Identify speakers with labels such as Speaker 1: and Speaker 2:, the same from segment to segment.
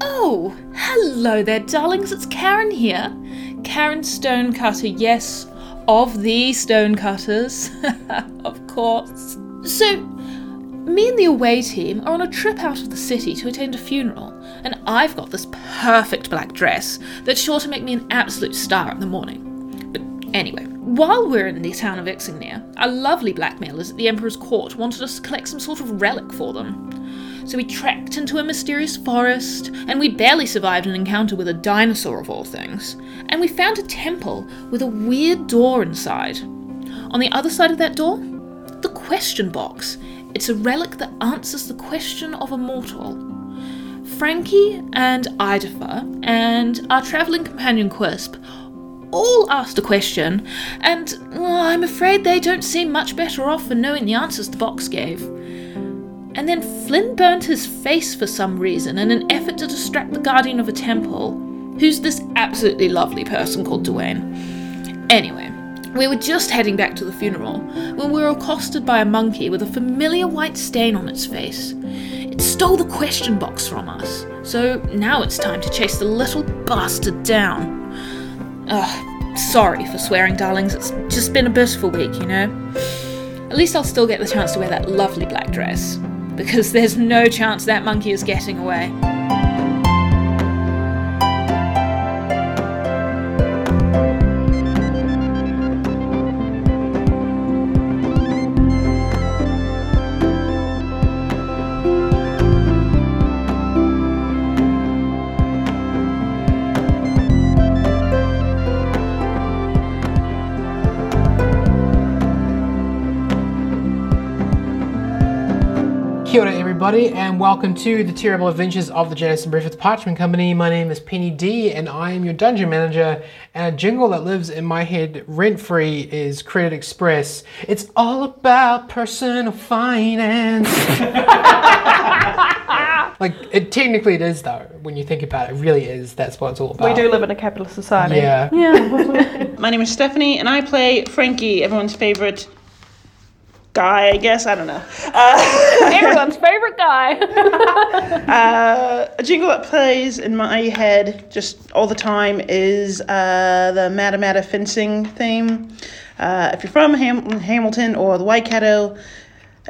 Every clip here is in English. Speaker 1: Oh, hello there, darlings. It's Karen here. Karen Stonecutter, yes, of the Stonecutters, of course. So, me and the away team are on a trip out of the city to attend a funeral, and I've got this perfect black dress that's sure to make me an absolute star in the morning. But anyway, while we're in the town of Exingnia, our lovely blackmailers at the Emperor's court wanted us to collect some sort of relic for them. So we trekked into a mysterious forest, and we barely survived an encounter with a dinosaur of all things. And we found a temple with a weird door inside. On the other side of that door, the question box. It's a relic that answers the question of a mortal. Frankie and Idafa and our travelling companion Quisp all asked a question, and well, I'm afraid they don't seem much better off for knowing the answers the box gave. And then Flynn burnt his face for some reason in an effort to distract the guardian of a temple, who's this absolutely lovely person called Dwayne. Anyway, we were just heading back to the funeral when we were accosted by a monkey with a familiar white stain on its face. It stole the question box from us, so now it's time to chase the little bastard down. Ugh, sorry for swearing, darlings, it's just been a bit of a week, you know? At least I'll still get the chance to wear that lovely black dress, because there's no chance that monkey is getting away.
Speaker 2: Kia ora, everybody, and welcome to the terrible adventures of the Janice and Breakfast Parchment Company. My name is Penny D, and I am your dungeon manager. And a jingle that lives in my head rent free is Credit Express. It's all about personal finance. like, it technically it is, though, when you think about it, it really is. That's what it's all
Speaker 3: We
Speaker 2: about.
Speaker 3: do live in a capitalist society.
Speaker 2: Yeah.
Speaker 4: My name is Stephanie, and I play Frankie, everyone's favorite guy, I guess. I don't know. Uh,
Speaker 3: Everyone's favourite guy.
Speaker 4: Uh, A jingle that plays in my head just all the time is uh, the Matter Matter fencing theme. Uh, if you're from Ham- Hamilton or the Waikato,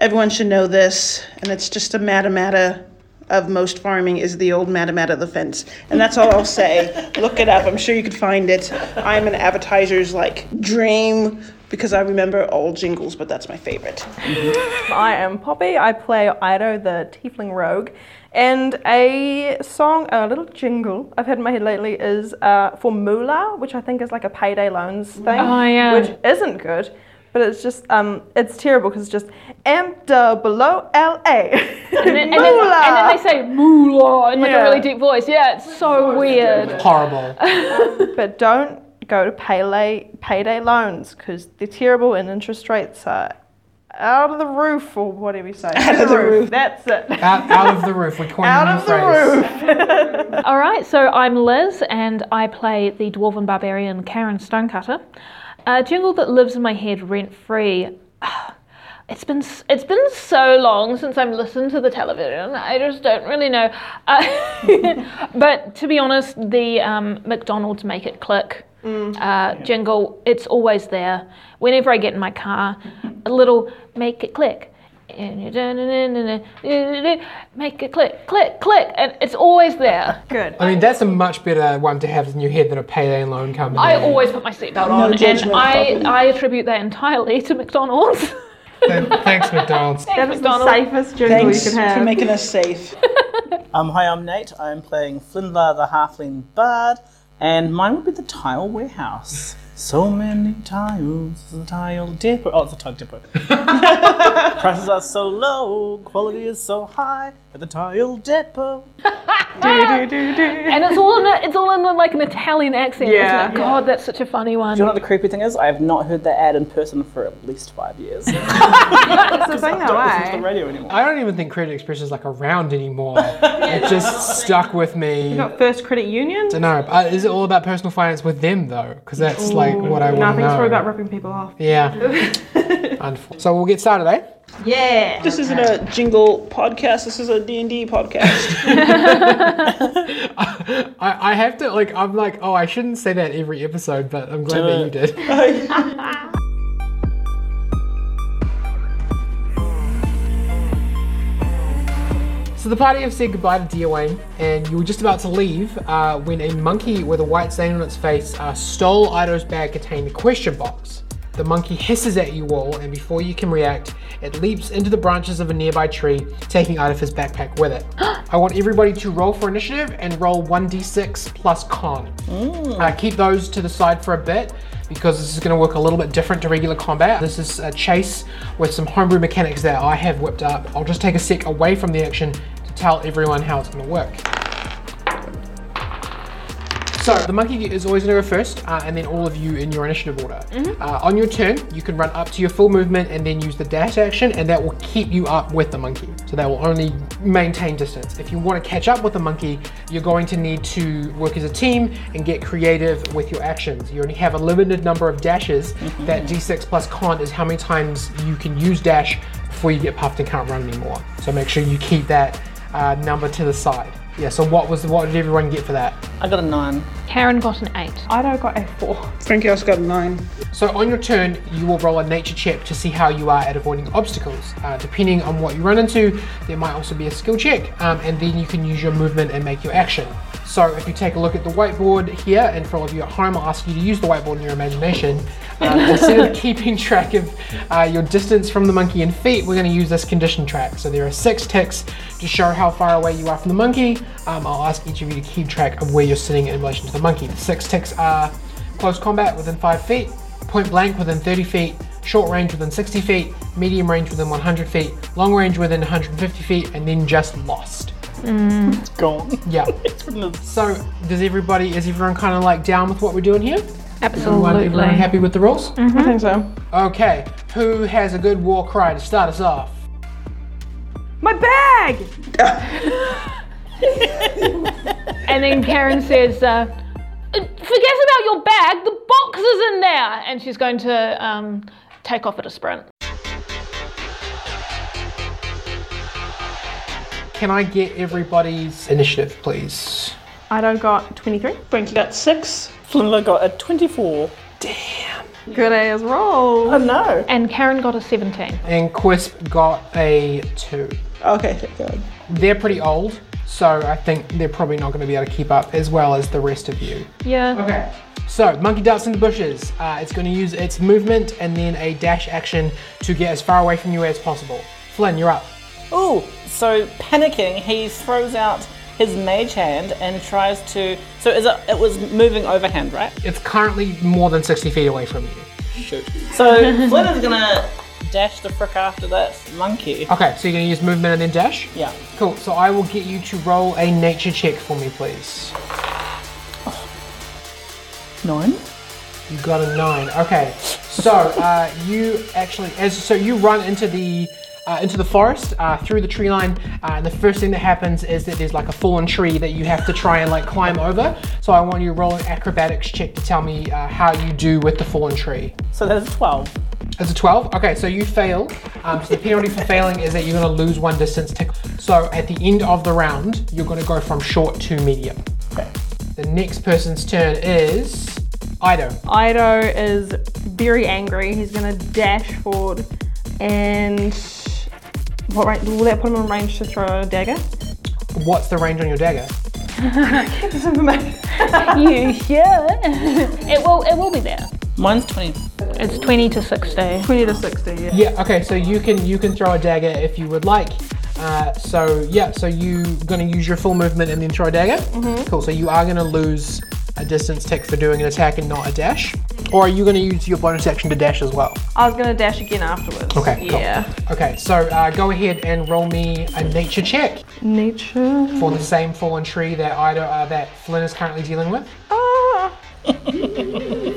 Speaker 4: everyone should know this, and it's just a Matter Matter of most farming is the old Matter Matter the fence. And that's all I'll say. Look it up. I'm sure you can find it. I'm an advertiser's like dream because I remember all jingles, but that's my favorite.
Speaker 3: I am Poppy. I play Ido, the tiefling rogue. And a song, a little jingle I've had in my head lately is uh, for Moolah, which I think is like a payday loans thing.
Speaker 1: Oh, yeah.
Speaker 3: Which isn't good, but it's just, um, it's terrible because it's just M double O L A.
Speaker 5: And then, and, then, and then they say moolah in like
Speaker 3: Yeah.
Speaker 5: a really deep voice. Yeah, it's so weird.
Speaker 2: Horrible.
Speaker 3: But don't go to payday payday loans because they're terrible and interest rates are out of the roof or whatever you say. Out of the roof. That's it.
Speaker 2: out, out of the roof. We coined
Speaker 3: Out
Speaker 2: a new
Speaker 3: of the
Speaker 2: phrase.
Speaker 3: roof.
Speaker 5: All right, so I'm Liz, and I play the dwarven barbarian Karen Stonecutter. A jingle that lives in my head rent free. It's been s- it's been so long since I've listened to the television. I just don't really know. Uh, but to be honest, the um, McDonald's make it click uh, jingle. It's always there. Whenever I get in my car, a little make it click. Make it click, click, click, and it's always there.
Speaker 3: Good.
Speaker 2: I mean, that's a much better one to have in your head than a payday loan company.
Speaker 5: I always put my seatbelt on, and
Speaker 4: judgment,
Speaker 5: I, I attribute that entirely to McDonald's.
Speaker 2: Th- Thanks, McDonald's.
Speaker 3: That is
Speaker 5: McDonald's.
Speaker 3: the safest jingle
Speaker 4: Thanks
Speaker 3: you can have.
Speaker 4: for making us safe.
Speaker 6: Um, hi, I'm Nate. I'm playing Flinla the Halfling Bard, and mine would be the Tile Warehouse. So many tiles, the tile dipper. Oh, it's a tug dipper. Prices are so low, quality is so high at the tile depot.
Speaker 5: And it's all in a, it's all in a, like an Italian accent,
Speaker 3: Yeah.
Speaker 5: isn't it? God, that's such a funny one.
Speaker 6: Do you know what the creepy thing is? I have not heard that ad in person for at least five years. I
Speaker 3: That's the thing though,
Speaker 6: don't listen to
Speaker 3: eh?
Speaker 6: the radio anymore.
Speaker 2: I don't even think Credit Express is like around anymore. it just stuck with me.
Speaker 3: Got First Credit Union.
Speaker 2: don't know. Uh, is it all about personal finance with them though? Because that's like what I want to
Speaker 3: Nothing's
Speaker 2: know.
Speaker 3: really about ripping people off.
Speaker 2: yeah. Unfor- so we'll get started, eh?
Speaker 5: Yeah.
Speaker 4: This isn't a jingle podcast. This is a D&D podcast.
Speaker 2: I, I have to like I'm like oh I shouldn't say that every episode, but I'm glad
Speaker 6: Do
Speaker 2: that
Speaker 6: it.
Speaker 2: you did. So the party have said goodbye to Dearwain, and you were just about to leave uh, when a monkey with a white stain on its face uh, stole Ido's bag containing the question box. The monkey hisses at you all, and before you can react, it leaps into the branches of a nearby tree, taking out of his backpack with it. I want everybody to roll for initiative and roll 1d6 plus con. Uh, keep those to the side for a bit because this is going to work a little bit different to regular combat. This is a chase with some homebrew mechanics that I have whipped up. I'll just take a sec away from the action to tell everyone how it's going to work. So the monkey is always going to go first, uh, and then all of you in your initiative order. Uh, on your turn, you can run up to your full movement and then use the dash action, and that will keep you up with the monkey. So that will only maintain distance. If you want to catch up with the monkey, you're going to need to work as a team and get creative with your actions. You only have a limited number of dashes. That d6 plus con is how many times you can use dash before you get puffed and can't run anymore. So make sure you keep that uh, number to the side. Yeah. So what was what did everyone get for that?
Speaker 6: I got a nine.
Speaker 5: Karen got an eight.
Speaker 3: Ido got a four.
Speaker 4: Frankie also got a nine.
Speaker 2: So on your turn, you will roll a nature check to see how you are at avoiding obstacles. Uh, depending on what you run into, there might also be a skill check, um, and then you can use your movement and make your action. So if you take a look at the whiteboard here, and for all of you at home, I'll ask you to use the whiteboard in your imagination. Uh, instead of keeping track of uh, your distance from the monkey in feet, we're going to use this condition track. So there are six ticks to show how far away you are from the monkey. Um, I'll ask each of you to keep track of where you're sitting in relation to the monkey. The six ticks are close combat within 5 feet, point blank within 30 feet, short range within 60 feet, medium range within 100 feet, long range within 150 feet, and then just lost.
Speaker 6: Gone.
Speaker 2: Yeah. so, does everybody, is everyone kind of like down with what we're doing here? Everyone, everyone
Speaker 5: Absolutely.
Speaker 2: happy with the rules?
Speaker 3: I think so.
Speaker 2: Okay, who has a good war cry to start us off?
Speaker 3: My bag!
Speaker 5: And then Karen says, uh, "Forget about your bag. The box is in there." And she's going to um, take off at a sprint.
Speaker 2: Can I get everybody's initiative, please?
Speaker 3: Ido got 23.
Speaker 4: Frankie got six.
Speaker 6: Flimla got a 24.
Speaker 3: Good as roll.
Speaker 6: Oh no.
Speaker 5: And Karen got a 17.
Speaker 2: And Quisp got a 2.
Speaker 4: Okay, thank God.
Speaker 2: They're pretty old, so I think they're probably not going to be able to keep up as well as the rest of you.
Speaker 5: Yeah.
Speaker 2: Okay. So, monkey darts in the bushes. Uh, it's going to use its movement and then a dash action to get as far away from you as possible. Flynn, you're up.
Speaker 6: Oh, so panicking, he throws out his mage hand and tries to. So is it? It was moving overhand, right?
Speaker 2: It's currently more than 60 feet away from you.
Speaker 6: Shoot. So Flynn is gonna dash the frick after that monkey.
Speaker 2: Okay, so you're going to use movement and then dash?
Speaker 6: Yeah.
Speaker 2: Cool. So I will get you to roll a nature check for me, please.
Speaker 6: Nine.
Speaker 2: You got a nine. Okay. So uh, you actually, as so you run into the uh, into the forest uh, through the tree line, uh, and the first thing that happens is that there's like a fallen tree that you have to try and like climb over. So I want you to roll an acrobatics check to tell me uh, how you do with the fallen tree.
Speaker 6: So that is twelve.
Speaker 2: It's a 12. Okay, so you fail. Um, so the penalty for failing is that you're going to lose one distance tick. So at the end of the round, you're going to go from short to medium.
Speaker 6: Okay.
Speaker 2: The next person's turn is Ido.
Speaker 3: Ido is very angry. He's gonna dash forward and what range will that put him in range to throw a dagger?
Speaker 2: What's the range on your dagger?
Speaker 5: You sure? it will. It will be there.
Speaker 6: Mine's twenty.
Speaker 5: It's 20 to 60.
Speaker 3: 20 to 60, yeah.
Speaker 2: Yeah. Okay. So you can you can throw a dagger if you would like. Uh, so yeah. So you gonna use your full movement and then throw a dagger. Mm-hmm. Cool. So you are gonna lose a distance tick for doing an attack and not a dash. Or are you gonna use your bonus action to dash as well?
Speaker 3: I was gonna dash again afterwards.
Speaker 2: Okay, cool.
Speaker 3: Yeah.
Speaker 2: Okay. So uh, go ahead and roll me a nature check
Speaker 3: Nature.
Speaker 2: for the same fallen tree that Ida uh, that Flynn is currently dealing with.
Speaker 3: Ah.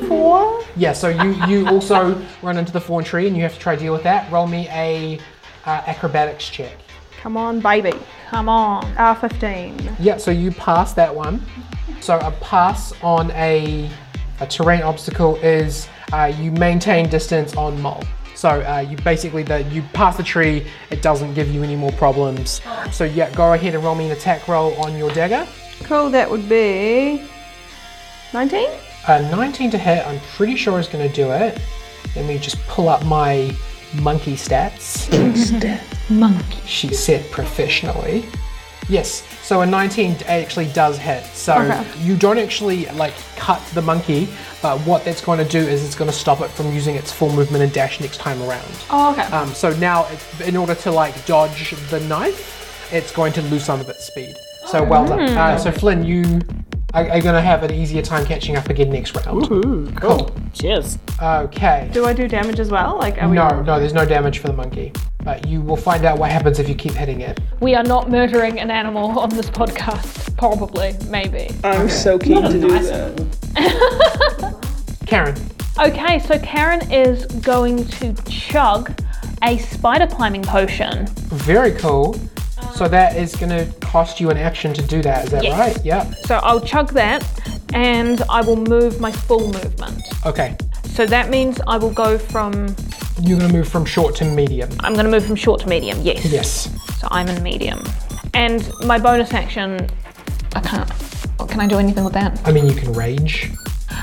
Speaker 3: Four.
Speaker 2: Yeah. So you you also run into the fallen tree and you have to try to deal with that. Roll me a uh, acrobatics check.
Speaker 3: Come on, baby. Ah,
Speaker 5: Come on.
Speaker 3: R15.
Speaker 2: Yeah, so you pass that one. So a pass on a, a terrain obstacle is uh, you maintain distance on mole. So uh, you basically the, you pass the tree. It doesn't give you any more problems. So yeah, go ahead and roll me an attack roll on your dagger.
Speaker 3: Cool, that would be 19?
Speaker 2: A Uh, 19 to hit, I'm pretty sure is going to do it. Let me just pull up my monkey stats.
Speaker 5: Monkey.
Speaker 2: She said professionally. Yes, so a 19 actually does hit. So you don't actually like cut the monkey, but what that's going to do is it's going to stop it from using its full movement and dash next time around.
Speaker 5: Oh, okay.
Speaker 2: Um, so now, it, in order to like dodge the knife, it's going to lose some of its speed.
Speaker 5: Oh,
Speaker 2: So well done. Uh, so Flynn, you are, are going to have an easier time catching up again next round.
Speaker 6: Ooh, cool. Cheers.
Speaker 2: Okay.
Speaker 3: Do I do damage as well? Like, are we.
Speaker 2: No, no, there's no damage for the monkey. But you will find out what happens if you keep hitting it.
Speaker 5: we are not murdering an animal on this podcast. Probably, maybe.
Speaker 4: I'm so keen to do that.
Speaker 2: Karen,
Speaker 5: Okay, so Karen is going to chug a spider climbing potion.
Speaker 2: very cool. So that is going to cost you an action to do that. Is that
Speaker 5: Uh-huh. Yes.
Speaker 2: right? Yep.
Speaker 5: So I'll chug that and I will move my full movement.
Speaker 2: Okay.
Speaker 5: So that means I will go from,
Speaker 2: You're going to move from short to medium.
Speaker 5: I'm going to move from short to medium, yes.
Speaker 2: Yes.
Speaker 5: So I'm in medium. And my bonus action, I can't, can I do anything with that?
Speaker 2: I mean, you can rage,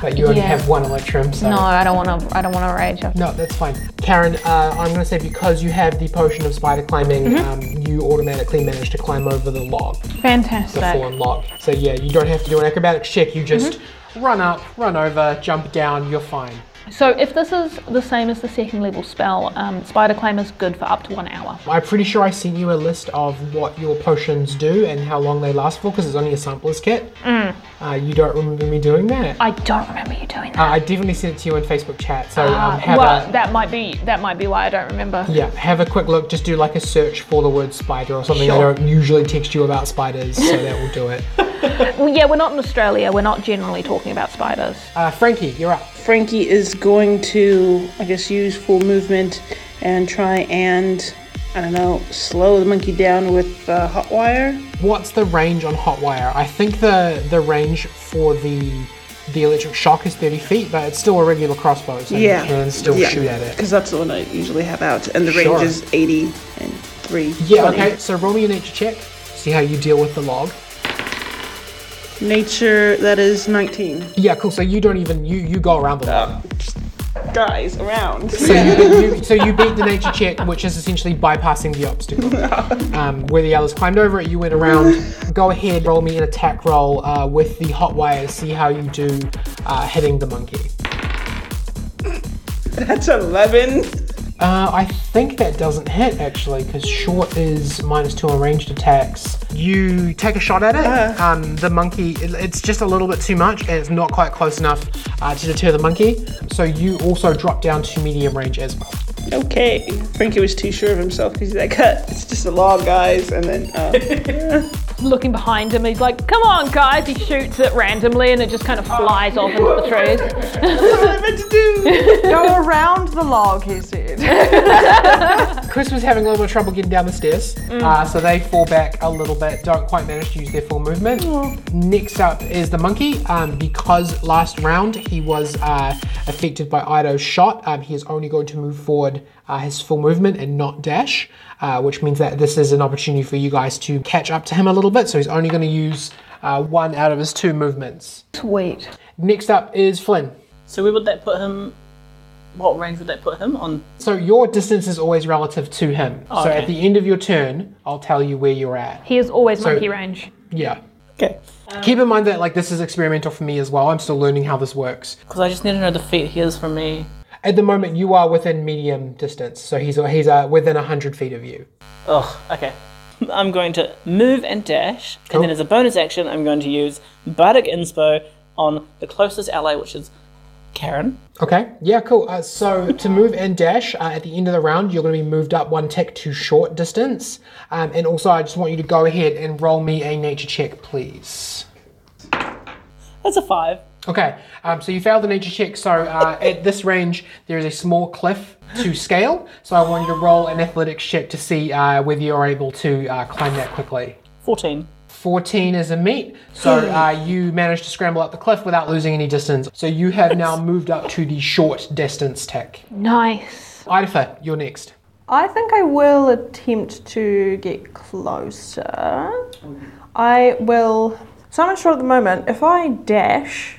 Speaker 2: but you only
Speaker 5: Yeah.
Speaker 2: have one electrum. So
Speaker 5: No, I don't want to, I don't want to rage.
Speaker 2: No, that's fine. Karen, uh, I'm going to say because you have the potion of spider climbing,
Speaker 5: Mm-hmm.
Speaker 2: um, you automatically manage to climb over the log, the
Speaker 5: Fantastic.
Speaker 2: fallen log. So yeah, you don't have to do an acrobatics check. You just
Speaker 5: Mm-hmm.
Speaker 2: run up, run over, jump down. You're fine.
Speaker 5: So if this is the same as the second level spell, um, spider climb is good for up to one hour.
Speaker 2: I'm pretty sure I sent you a list of what your potions do and how long they last for because it's only a sampler's kit. Uh, you don't remember me doing that?
Speaker 5: Mm. I don't remember you doing that.
Speaker 2: Uh, I definitely sent it to you in Facebook chat. So um, have
Speaker 5: Ah, well,
Speaker 2: a
Speaker 5: that might be that might be why I don't remember.
Speaker 2: Yeah, have a quick look. Just do like a search for the word spider or something. I
Speaker 5: Sure.
Speaker 2: don't usually text you about spiders, so that will do it.
Speaker 5: Well, yeah, we're not in Australia. We're not generally talking about spiders.
Speaker 2: Uh, Frankie, you're up.
Speaker 4: Frankie is going to, I guess, use full movement and try and, I don't know, slow the monkey down with uh, hot wire.
Speaker 2: What's the range on Hotwire? I think the the range for the the electric shock is 30 feet, but it's still a regular crossbow, so
Speaker 4: Yeah.
Speaker 2: you can still
Speaker 4: Yeah.
Speaker 2: shoot at it.
Speaker 4: Because that's the one I usually have out, and the
Speaker 2: Sure.
Speaker 4: range is 80 and 3.
Speaker 2: Yeah, okay, so roll me a nature check. See how you deal with the log.
Speaker 4: Nature, that is 19.
Speaker 2: Yeah, cool. So you don't even you you go around the log.
Speaker 4: Guys, around.
Speaker 2: So you, you, so you beat the nature check, which is essentially bypassing the obstacle. Um, where the others climbed over it, you went around. Go ahead, roll me an attack roll uh, with the hot wire. See how you do uh, hitting the monkey.
Speaker 4: That's 11.
Speaker 2: Uh, I think that doesn't hit actually, because short is minus two on ranged attacks. You take a shot at it.
Speaker 4: Uh-huh.
Speaker 2: Um, the monkey, it, it's just a little bit too much, and it's not quite close enough uh, to deter the monkey. So you also drop down to medium range as well.
Speaker 4: Okay. Frankie was too sure of himself because he's like, "Huh, it's just a log, guys. And then, uh,
Speaker 5: Looking behind him, he's like, "Come on, guys!" He shoots it randomly, and it just kind of flies off into the trees.
Speaker 4: what am I meant to do?
Speaker 3: Go around the log, he said.
Speaker 2: Chris was having a little bit of trouble getting down the stairs, uh, so they fall back a little bit, don't quite manage to use their full movement. Next up is the monkey. Um, because last round he was uh, affected by Ido's shot, um, he is only going to move forward uh, his full movement and not dash, uh, which means that this is an opportunity for you guys to catch up to him a little bit, so he's only going to use uh, one out of his two movements.
Speaker 5: Sweet.
Speaker 2: Next up is Flynn.
Speaker 6: So where would that put him? What range would that put him on?
Speaker 2: So your distance is always relative to him. so
Speaker 6: okay.
Speaker 2: at the end of your turn, I'll tell you where you're at.
Speaker 5: He is always monkey range.
Speaker 2: Yeah.
Speaker 6: Okay.
Speaker 2: Keep in mind that like this is experimental for me as well. I'm still learning how this works.
Speaker 6: Because I just need to know the feet he is from me.
Speaker 2: At the moment, you are within medium distance, so he's he's uh, within hundred feet of you.
Speaker 6: Ugh. Okay. I'm going to move and dash,
Speaker 2: Cool.
Speaker 6: and then as a bonus action, I'm going to use Bardic Inspo on the closest ally, which is Karen.
Speaker 2: Okay. Yeah. Cool. Uh, so to move and dash uh, at the end of the round, you're going to be moved up one tick to short distance. Um, and also, I just want you to go ahead and roll me a nature check, please.
Speaker 6: That's a five.
Speaker 2: Okay, um, so you failed the nature check. So uh, at this range, there is a small cliff to scale. So I want you to roll an athletics check to see uh, whether you're able to uh, climb that quickly.
Speaker 6: Fourteen.
Speaker 2: 14 is a meet, so uh, you managed to scramble up the cliff without losing any distance. So you have now moved up to the short distance tech.
Speaker 5: Nice. Yes.
Speaker 2: Idafa, you're next.
Speaker 3: I think I will attempt to get closer. I will. So I'm not sure at the moment. If I dash,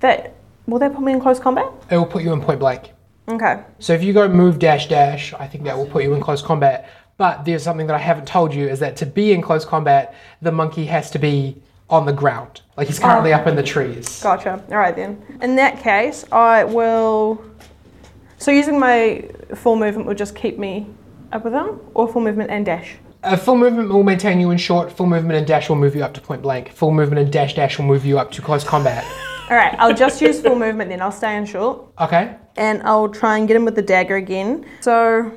Speaker 3: that will that put me in close combat?
Speaker 2: It will put you in point blank.
Speaker 3: Okay.
Speaker 2: So if you go move dash dash, I think that will put you in close combat. But there's something that I haven't told you is that to be in close combat, the monkey has to be on the ground. Like he's currently up in the trees.
Speaker 3: Gotcha. All right then. In that case, I will. So using my full movement will just keep me up with them, or full movement and dash.
Speaker 2: A full movement will maintain you in short. Full movement and dash will move you up to point blank. Full movement and dash dash will move you up to close combat.
Speaker 3: All right. I'll just use full movement then. I'll stay in short,
Speaker 2: Okay.
Speaker 3: and I'll try and get him with the dagger again. So,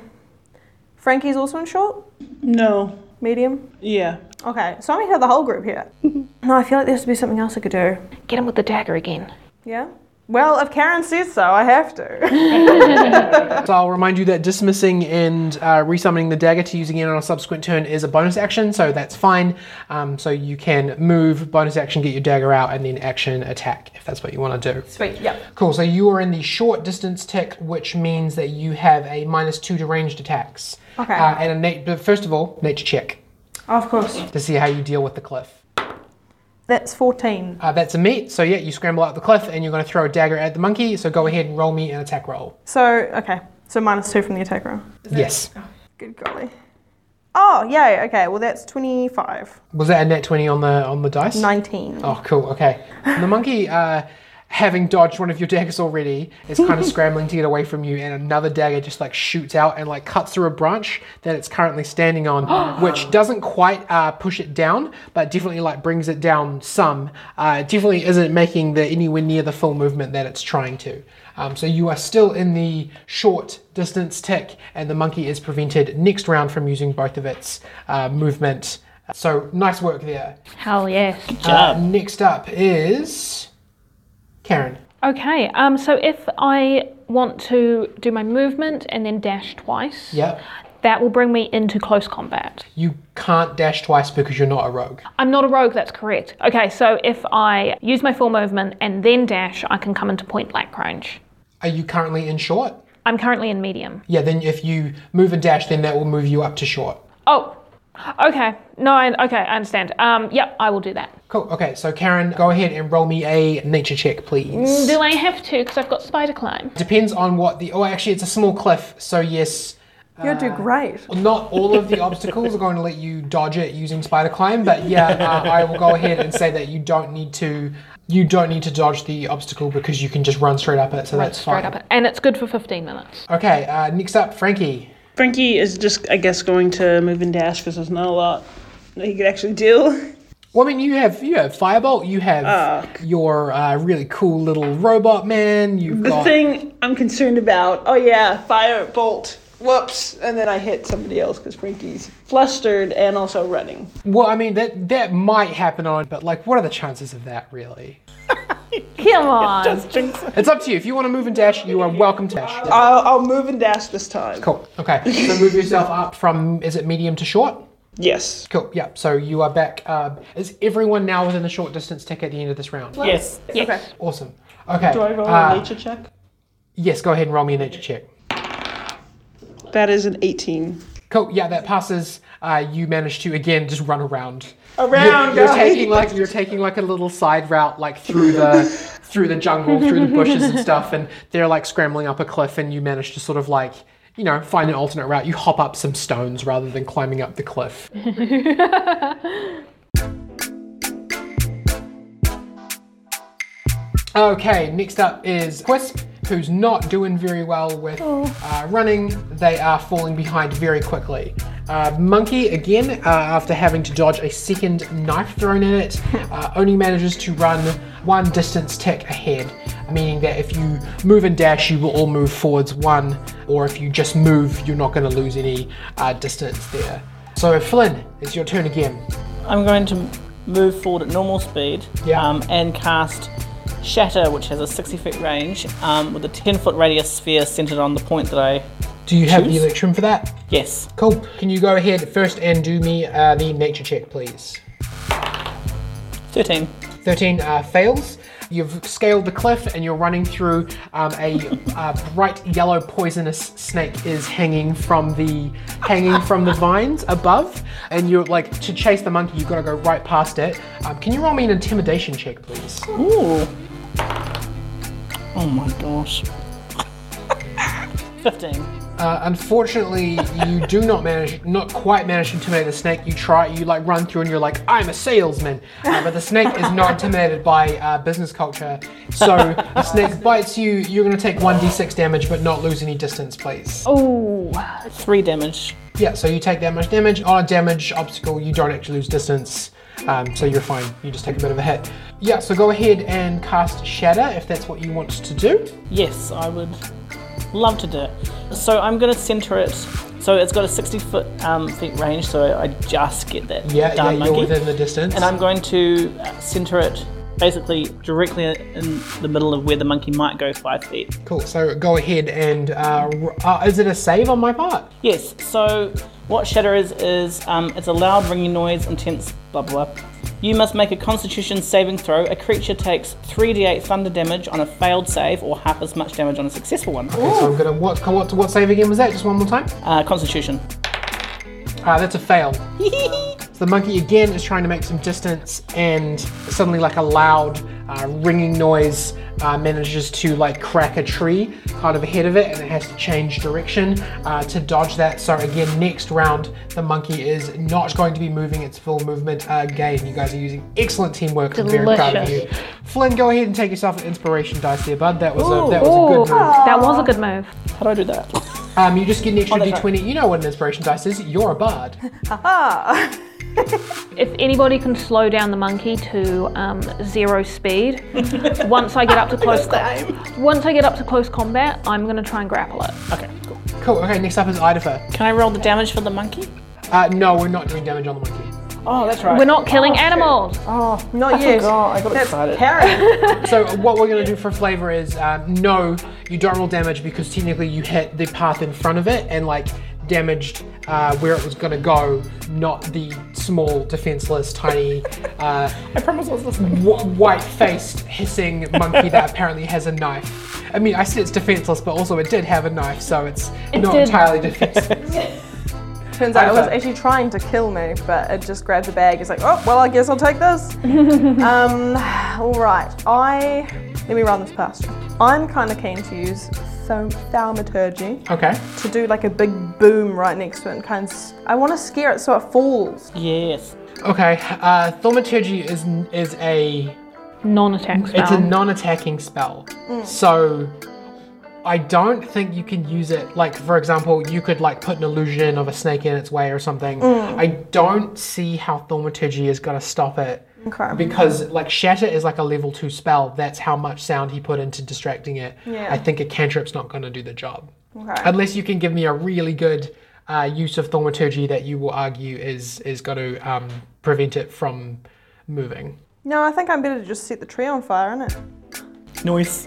Speaker 3: Frankie's also in short,
Speaker 4: No.
Speaker 3: medium.
Speaker 4: Yeah.
Speaker 3: Okay, so I'm ahead of the whole group here. no, I feel like there has to be something else I could do.
Speaker 5: Get him with the dagger again.
Speaker 3: Yeah? Well, if Karen says so, I have to.
Speaker 2: So I'll remind you that dismissing and uh, resummoning the dagger to use again on a subsequent turn is a bonus action, so that's fine. Um, so you can move, bonus action, get your dagger out, and then action attack if that's what you want to do.
Speaker 3: Sweet, yep.
Speaker 2: Cool. So you are in the short distance tick, which means that you have a minus two to ranged attacks.
Speaker 3: Okay.
Speaker 2: Uh, and a nat- but first of all, nature check
Speaker 3: Of course.
Speaker 2: to see how you deal with the cliff.
Speaker 3: That's 14.
Speaker 2: Uh, that's a meat. So yeah, you scramble up the cliff and you're going to throw a dagger at the monkey. So go ahead and roll me an attack roll.
Speaker 3: So, okay, so minus two from the attack roll.
Speaker 2: Yes.
Speaker 3: Good golly. Oh, yay, okay, well, that's 25.
Speaker 2: Was that a net twenty on the on the dice?
Speaker 3: 19.
Speaker 2: Oh, cool. Okay. And the monkey, uh, having dodged one of your daggers already, is kind of scrambling to get away from you, and another dagger just like shoots out and like cuts through a branch that it's currently standing on, which doesn't quite uh, push it down, but definitely like brings it down some. Uh, it definitely isn't making the anywhere near the full movement that it's trying to. Um, so you are still in the short distance tick, and the monkey is prevented next round from using both of its uh, movement. So nice work there.
Speaker 5: Hell yes.
Speaker 2: Uh,
Speaker 6: Um,
Speaker 2: next up is Karen.
Speaker 5: Okay, um, so if I want to do my movement and then dash twice,
Speaker 2: Yep.
Speaker 5: that will bring me into close combat.
Speaker 2: You can't dash twice because you're not a rogue.
Speaker 5: I'm not a rogue, that's correct. Okay, so if I use my full movement and then dash, I can come into point blank range.
Speaker 2: Are you currently in short?
Speaker 5: I'm currently in medium.
Speaker 2: Yeah, then if you move and dash, then that will move you up to short.
Speaker 5: Oh, okay. No, I, okay, I understand. Um, yep, I will do that.
Speaker 2: Cool. Okay, so Karen, go ahead and roll me a nature check, please.
Speaker 5: Do I have to? Because I've got spider climb.
Speaker 2: Depends on what the. Oh, actually, it's a small cliff, so yes. uh,
Speaker 3: You'll do great.
Speaker 2: Not all of the obstacles are going to let you dodge it using spider climb, but yeah, uh, I will go ahead and say that you don't need to. You don't need to dodge the obstacle because you can just run straight up it, so that's fine.
Speaker 5: Straight up, it. and it's good for 15 minutes.
Speaker 2: Okay, uh, next up, Frankie.
Speaker 4: Frankie is just, I guess, going to move and dash because there's not a lot that he could actually do.
Speaker 2: Well, I mean, you have you have Firebolt, you have your uh, really cool little robot man. You've
Speaker 4: The
Speaker 2: got
Speaker 4: thing I'm concerned about, oh yeah, fire bolt. Whoops. And then I hit somebody else because Frankie's flustered and also running.
Speaker 2: well, I mean that that might happen on, but like, what are the chances of that really?
Speaker 5: Come on.
Speaker 2: It's up to you. If you want to move and dash, you are welcome to dash.
Speaker 4: I'll, I'll move and dash this time.
Speaker 2: Cool. Okay, so move yourself up from is it medium to short?
Speaker 4: Yes.
Speaker 2: Cool. Yeah. So you are back. Uh, is everyone now within the short distance tick at the end of this round?
Speaker 6: Yes.
Speaker 2: Awesome. Okay.
Speaker 4: Do I roll
Speaker 2: uh,
Speaker 4: a nature check?
Speaker 2: Yes. Go ahead and roll me a nature check.
Speaker 4: That is an 18.
Speaker 2: Cool. Yeah, that passes. Uh, you manage to again just run around.
Speaker 4: Around,
Speaker 2: You're, you're
Speaker 4: guys.
Speaker 2: taking like you're taking like a little side route, like through the through the jungle, through the bushes and stuff, and they're like scrambling up a cliff, and you manage to sort of like you know find an alternate route. You hop up some stones rather than climbing up the cliff. Okay, next up is Quisp, who's not doing very well with uh, running. They are falling behind very quickly. Uh, Monkey, again, uh, after having to dodge a second knife thrown at it, uh, only manages to run one distance tick ahead, meaning that if you move and dash, you will all move forwards one, or if you just move, you're not going to lose any uh, distance there. So, Flynn, it's your turn again.
Speaker 6: I'm going to move forward at normal speed
Speaker 2: Yeah.
Speaker 6: um, and cast Shatter, which has a 60 foot range, um, with a 10 foot radius sphere centered on the point that I.
Speaker 2: Do you have the
Speaker 6: Choose.
Speaker 2: electrum for that?
Speaker 6: Yes.
Speaker 2: Cool. Can you go ahead first and do me uh, the nature check, please?
Speaker 6: 13.
Speaker 2: 13 uh, fails. you've scaled the cliff and you're running through um, a, uh bright yellow poisonous snake is hanging from the hanging from the vines above, and you're like to chase the monkey. You've got to go right past it. Um, can you roll me an intimidation check, please?
Speaker 6: Ooh. Oh my gosh. 15.
Speaker 2: Uh, unfortunately, you do not manage, not quite manage to intimidate the snake. You try, you like run through, and you're like, "I'm a salesman," uh, but the snake is not intimidated by uh, business culture. So the snake bites you. You're going to take one d6 damage, but not lose any distance, please.
Speaker 6: Oh. Ooh. 3 damage.
Speaker 2: Yeah, so you take that much damage on a damage obstacle. You don't actually lose distance, um, so you're fine. You just take a bit of a hit. Yeah, so go ahead and cast Shatter if that's what you want to do.
Speaker 6: Yes, I would love to do it. So I'm going to center it. So it's got a 60 foot um, feet range, so I just get that
Speaker 2: Yeah,
Speaker 6: darn
Speaker 2: yeah, you're
Speaker 6: monkey.
Speaker 2: within the distance.
Speaker 6: and I'm going to uh, center it basically directly in the middle of where the monkey might go five feet.
Speaker 2: cool. So go ahead and uh, r- uh, is it a save on my part?
Speaker 6: Yes, so what shatter is, is um, it's a loud ringing noise, intense, blah blah. blah. You must make a constitution saving throw. A creature takes 3d8 thunder damage on a failed save or half as much damage on a successful one.
Speaker 2: So I'm gonna what what what save again was that? Just one more time.
Speaker 6: Uh, constitution.
Speaker 2: Ah, that's a fail. so the monkey again is trying to make some distance, and suddenly, like a loud uh, ringing noise, uh, manages to like crack a tree kind of ahead of it, and it has to change direction uh, to dodge that. So again, next round, the monkey is not going to be moving its full movement again. You guys are using excellent teamwork. I'm very proud of you. Flynn, go ahead and take yourself an inspiration dice there, bud. That was a that was a good move.
Speaker 5: That was a good move.
Speaker 6: How do I do that?
Speaker 2: Um, you just get an extra
Speaker 6: that's
Speaker 2: d20. You know what an inspiration dice is. You're a bard.
Speaker 3: Ah.
Speaker 5: If anybody can slow down the monkey to um, zero speed, once I get up to close, co- once I get up to close combat, I'm gonna try and grapple it.
Speaker 6: Okay, cool.
Speaker 2: Cool. Okay, next up is Idafer.
Speaker 6: Can I roll the damage for the monkey?
Speaker 2: Uh, no, we're not doing damage on the monkey.
Speaker 6: Oh, that's right.
Speaker 5: We're not killing animals.
Speaker 6: Oh,
Speaker 3: Not
Speaker 6: I
Speaker 3: yet.
Speaker 6: Forgot. I got
Speaker 3: That's
Speaker 6: excited.
Speaker 3: Karen.
Speaker 2: So what we're going to do for flavor is um, no, you don't roll damage because technically you hit the path in front of it and like damaged uh, where it was going to go, not the small, defenseless, tiny, uh,
Speaker 6: I promise I was listening.
Speaker 2: w- white-faced, hissing monkey that apparently has a knife. I mean, I said it's defenseless, but also it did have a knife, so it's not
Speaker 5: did.
Speaker 2: entirely defenseless.
Speaker 3: Turns out it was actually trying to kill me, but it just grabbed a bag. It's like, oh, well, I guess I'll take this. um, all right. I let me run this past you. I'm kind of keen to use thau- thaumaturgy
Speaker 2: okay.
Speaker 3: to do like a big boom right next to it and kind of. s- I want to scare it so it falls.
Speaker 6: Yes.
Speaker 2: Okay, uh, thaumaturgy is is a
Speaker 5: Non-attack spell.
Speaker 2: it's a non-attacking spell, so I don't think you can use it. Like for example, you could like put an illusion of a snake in its way or something.
Speaker 3: Mm.
Speaker 2: I don't see how thaumaturgy is gonna stop it
Speaker 3: Okay.
Speaker 2: because like shatter is like a level two spell. That's how much sound he put into distracting it.
Speaker 3: Yeah.
Speaker 2: I think a cantrip's not gonna do the job
Speaker 3: okay.
Speaker 2: unless you can give me a really good uh, use of thaumaturgy that you will argue is is going to um, prevent it from moving.
Speaker 3: no, I think I'm better to just set the tree on fire, isn't it?
Speaker 6: Noise.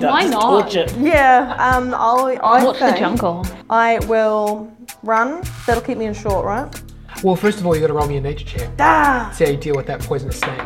Speaker 5: Why not?
Speaker 6: Torch it.
Speaker 3: Yeah. Um, I'll. I
Speaker 5: Watch
Speaker 3: think
Speaker 5: the jungle.
Speaker 3: I will run. That'll keep me in short, right?
Speaker 2: Well, first of all, you got to roll me a nature check.
Speaker 3: Ah!
Speaker 2: See how you deal with that poisonous snake.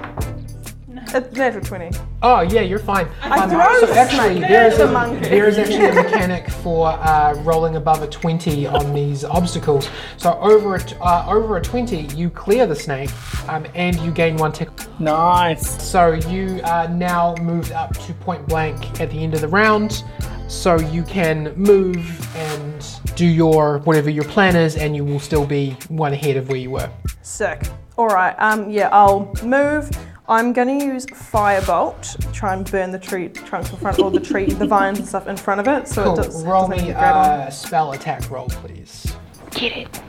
Speaker 3: It's natural 20.
Speaker 2: Oh yeah, you're fine. Um,
Speaker 3: throw
Speaker 2: so
Speaker 3: the
Speaker 2: actually,
Speaker 3: snake.
Speaker 2: there is a
Speaker 3: There's a monkey.
Speaker 2: there is actually a mechanic for uh, rolling above a twenty on these obstacles. So over a t- uh, over a twenty, you clear the snake, um, and you gain one tick
Speaker 6: Nice.
Speaker 2: So you are now moved up to point blank at the end of the round. So you can move and do your whatever your plan is, and you will still be one ahead of where you were.
Speaker 3: Sick. All right. Um. Yeah. I'll move. I'm gonna use firebolt. Try and burn the tree trunks in front, or the tree, the vines and stuff in front of it, so
Speaker 2: Cool.
Speaker 3: it does. it
Speaker 2: Roll
Speaker 3: doesn't
Speaker 2: me uh,
Speaker 3: get grab on.
Speaker 2: a spell attack roll, please.
Speaker 5: Get it.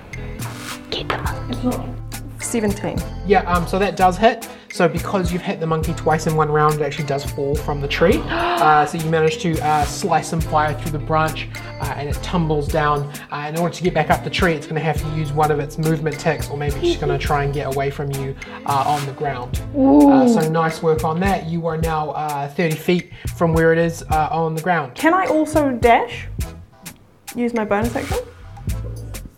Speaker 5: Get the monkey.
Speaker 3: Seventeen.
Speaker 2: Yeah. Um. So that does hit. So because you've hit the monkey twice in one round, it actually does fall from the tree. Uh, so you manage to uh, slice some fire through the branch, uh, and it tumbles down. Uh, in order to get back up the tree, it's going to have to use one of its movement ticks, or maybe she's going to try and get away from you uh, on the ground. Uh, so nice work on that. You are now uh, 30 feet from where it is uh, on the ground.
Speaker 3: Can I also dash? Use my bonus action?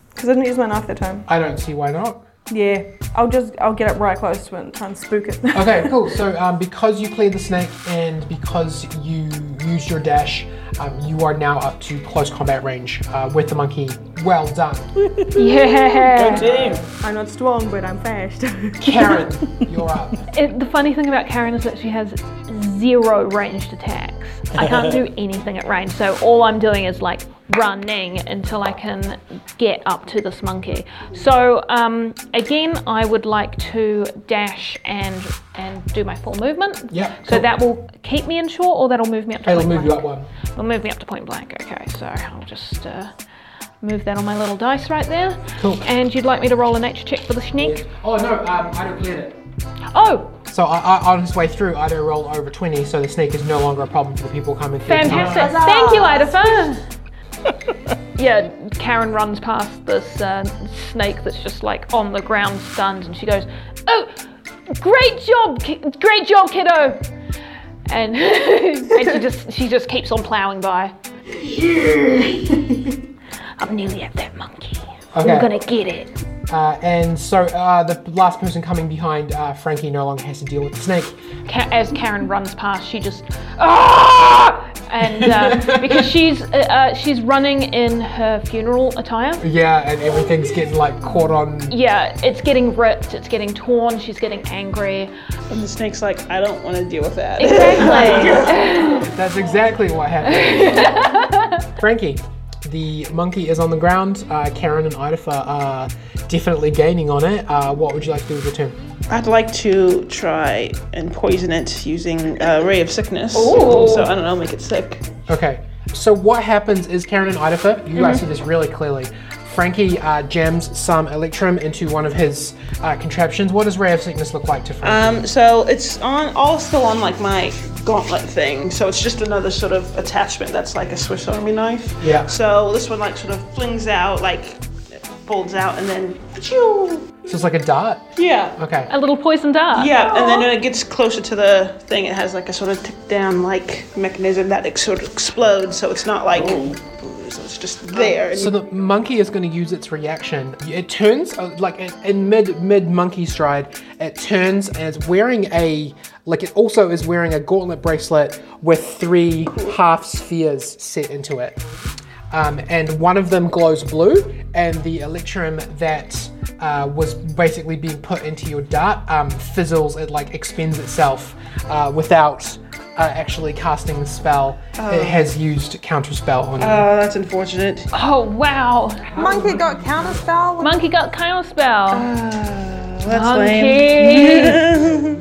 Speaker 3: Because I didn't use my knife that time.
Speaker 2: I don't see why not.
Speaker 3: Yeah, I'll just I'll get it right close to it and try and spook it.
Speaker 2: Okay, cool. So um, because you cleared the snake and because you used your dash, um, you are now up to close combat range uh, with the monkey. Well done.
Speaker 5: Yeah.
Speaker 6: Team.
Speaker 3: I'm not strong, but I'm fast.
Speaker 2: Karen, you're up.
Speaker 5: It, the funny thing about Karen is that she has zero ranged attacks. I can't do anything at range, so all I'm doing is like running until I can get up to this monkey. So um, again, I would like to dash and and do my full movement.
Speaker 2: Yep,
Speaker 5: So
Speaker 2: cool.
Speaker 5: that will keep me in short, or that'll move me up to.
Speaker 2: It'll
Speaker 5: point
Speaker 2: move you
Speaker 5: blank?
Speaker 2: up one.
Speaker 5: It'll move me up to point blank. Okay, so I'll just. Uh, Move that on my little dice right there.
Speaker 2: Cool.
Speaker 5: And you'd like me to roll a nature check for the sneak?
Speaker 2: Oh no, um, I don't clear it.
Speaker 5: Oh,
Speaker 2: So I, I, on his way through, Ido rolled over 20, so the snake is no longer a problem for the people coming through.
Speaker 5: Fantastic. Thank you, Idafa. yeah, Karen runs past this uh, snake that's just like on the ground stunned and she goes, Oh, great job, ki- great job, kiddo. And, and she just she just keeps on plowing by. I'm nearly at that monkey.
Speaker 2: Okay.
Speaker 5: I'm gonna get it.
Speaker 2: Uh, and so uh, the last person coming behind uh, Frankie no longer has to deal with the snake.
Speaker 5: Ca- as Karen runs past, she just ah, and uh, because she's uh, uh, she's running in her funeral attire.
Speaker 2: Yeah, and everything's getting like caught on.
Speaker 5: yeah, it's getting ripped, it's getting torn, she's getting angry.
Speaker 4: And the snake's like, I don't want to deal with that.
Speaker 5: Exactly.
Speaker 2: That's exactly what happened. Frankie, the monkey is on the ground. Uh, Karen and Idafa are definitely gaining on it. Uh, what would you like to do with your turn?
Speaker 4: I'd like to try and poison it using a ray of sickness. So I don't know, make it sick.
Speaker 2: Okay. So what happens is Karen and Idafa, you guys see this really clearly. Frankie uh, jams some electrum into one of his uh, contraptions. What does Ray of Sickness look like to Frankie?
Speaker 4: Um, so it's on all still on like my gauntlet thing. So it's just another sort of attachment that's like a Swiss Army knife.
Speaker 2: Yeah.
Speaker 4: So this one like sort of flings out, like it folds out, and then achoo!
Speaker 2: so it's like a dart.
Speaker 4: yeah,
Speaker 2: Okay.
Speaker 5: a little poison dart.
Speaker 4: yeah. And then when it gets closer to the thing, it has like a sort of tick down like mechanism that it sort of explodes. So it's not like so it's just there.
Speaker 2: Oh. So the monkey is going to use its reaction. It turns uh, like in, in mid mid monkey stride. It turns and it's wearing a like it also is wearing a gauntlet bracelet with three half spheres set into it, um, and one of them glows blue, and the electrum that. Uh, was basically being put into your dart um, fizzles. It like expends itself uh, without uh, actually casting the spell. It has used counter spell on you.
Speaker 4: oh, that's unfortunate.
Speaker 5: Oh wow.
Speaker 3: Monkey got counter spell.
Speaker 5: Monkey got counter spell.
Speaker 4: That's lame.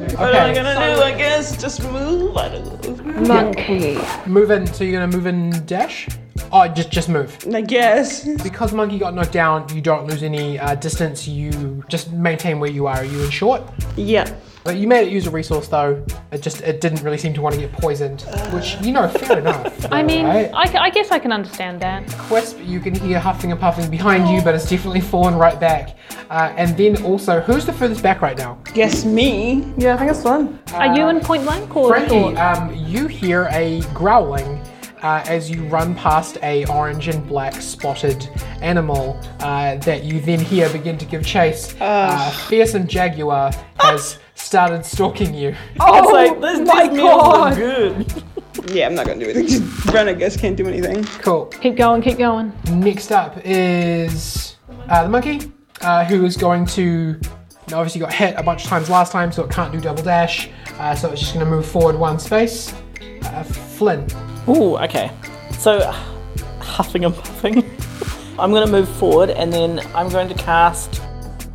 Speaker 5: Monkey.
Speaker 4: What am I
Speaker 2: Okay.
Speaker 4: gonna do? I guess just move. I don't know.
Speaker 5: Monkey.
Speaker 2: Move in. So you're gonna move in dash? Oh, just just move.
Speaker 4: I guess.
Speaker 2: Because monkey got knocked down, you don't lose any uh, distance. You just maintain where you are. Are you in short?
Speaker 4: Yeah.
Speaker 2: But you made it use a resource though. It just it didn't really seem to want to get poisoned, which you know, fair enough.
Speaker 5: I mean,
Speaker 2: Alright.
Speaker 5: I, ca- I guess I can understand that.
Speaker 2: Quisp, you can hear huffing and puffing behind you, but it's definitely fallen right back. Uh, and then also, who's the furthest back right now?
Speaker 4: Guess me.
Speaker 3: Yeah, I think it's one.
Speaker 5: Are you in point blank or?
Speaker 2: Frankie,
Speaker 5: or-
Speaker 2: um, you hear a growling uh, as you run past a orange and black spotted animal uh, that you then hear begin to give chase. Uh, fearsome jaguar has started stalking you.
Speaker 3: Oh.
Speaker 6: it's like
Speaker 2: Oh
Speaker 6: this, this meal is good.
Speaker 4: Yeah, I'm not gonna do anything. Just run, I guess. Can't do anything.
Speaker 2: Cool.
Speaker 5: Keep going. Keep going.
Speaker 2: Next up is uh, the monkey, uh, who is going to. now Obviously, got hit a bunch of times last time, so it can't do double dash. Uh, so it's just going to move forward one space. Uh, Flynn.
Speaker 6: Ooh, okay. So uh, huffing and puffing. I'm gonna move forward and then I'm going to cast.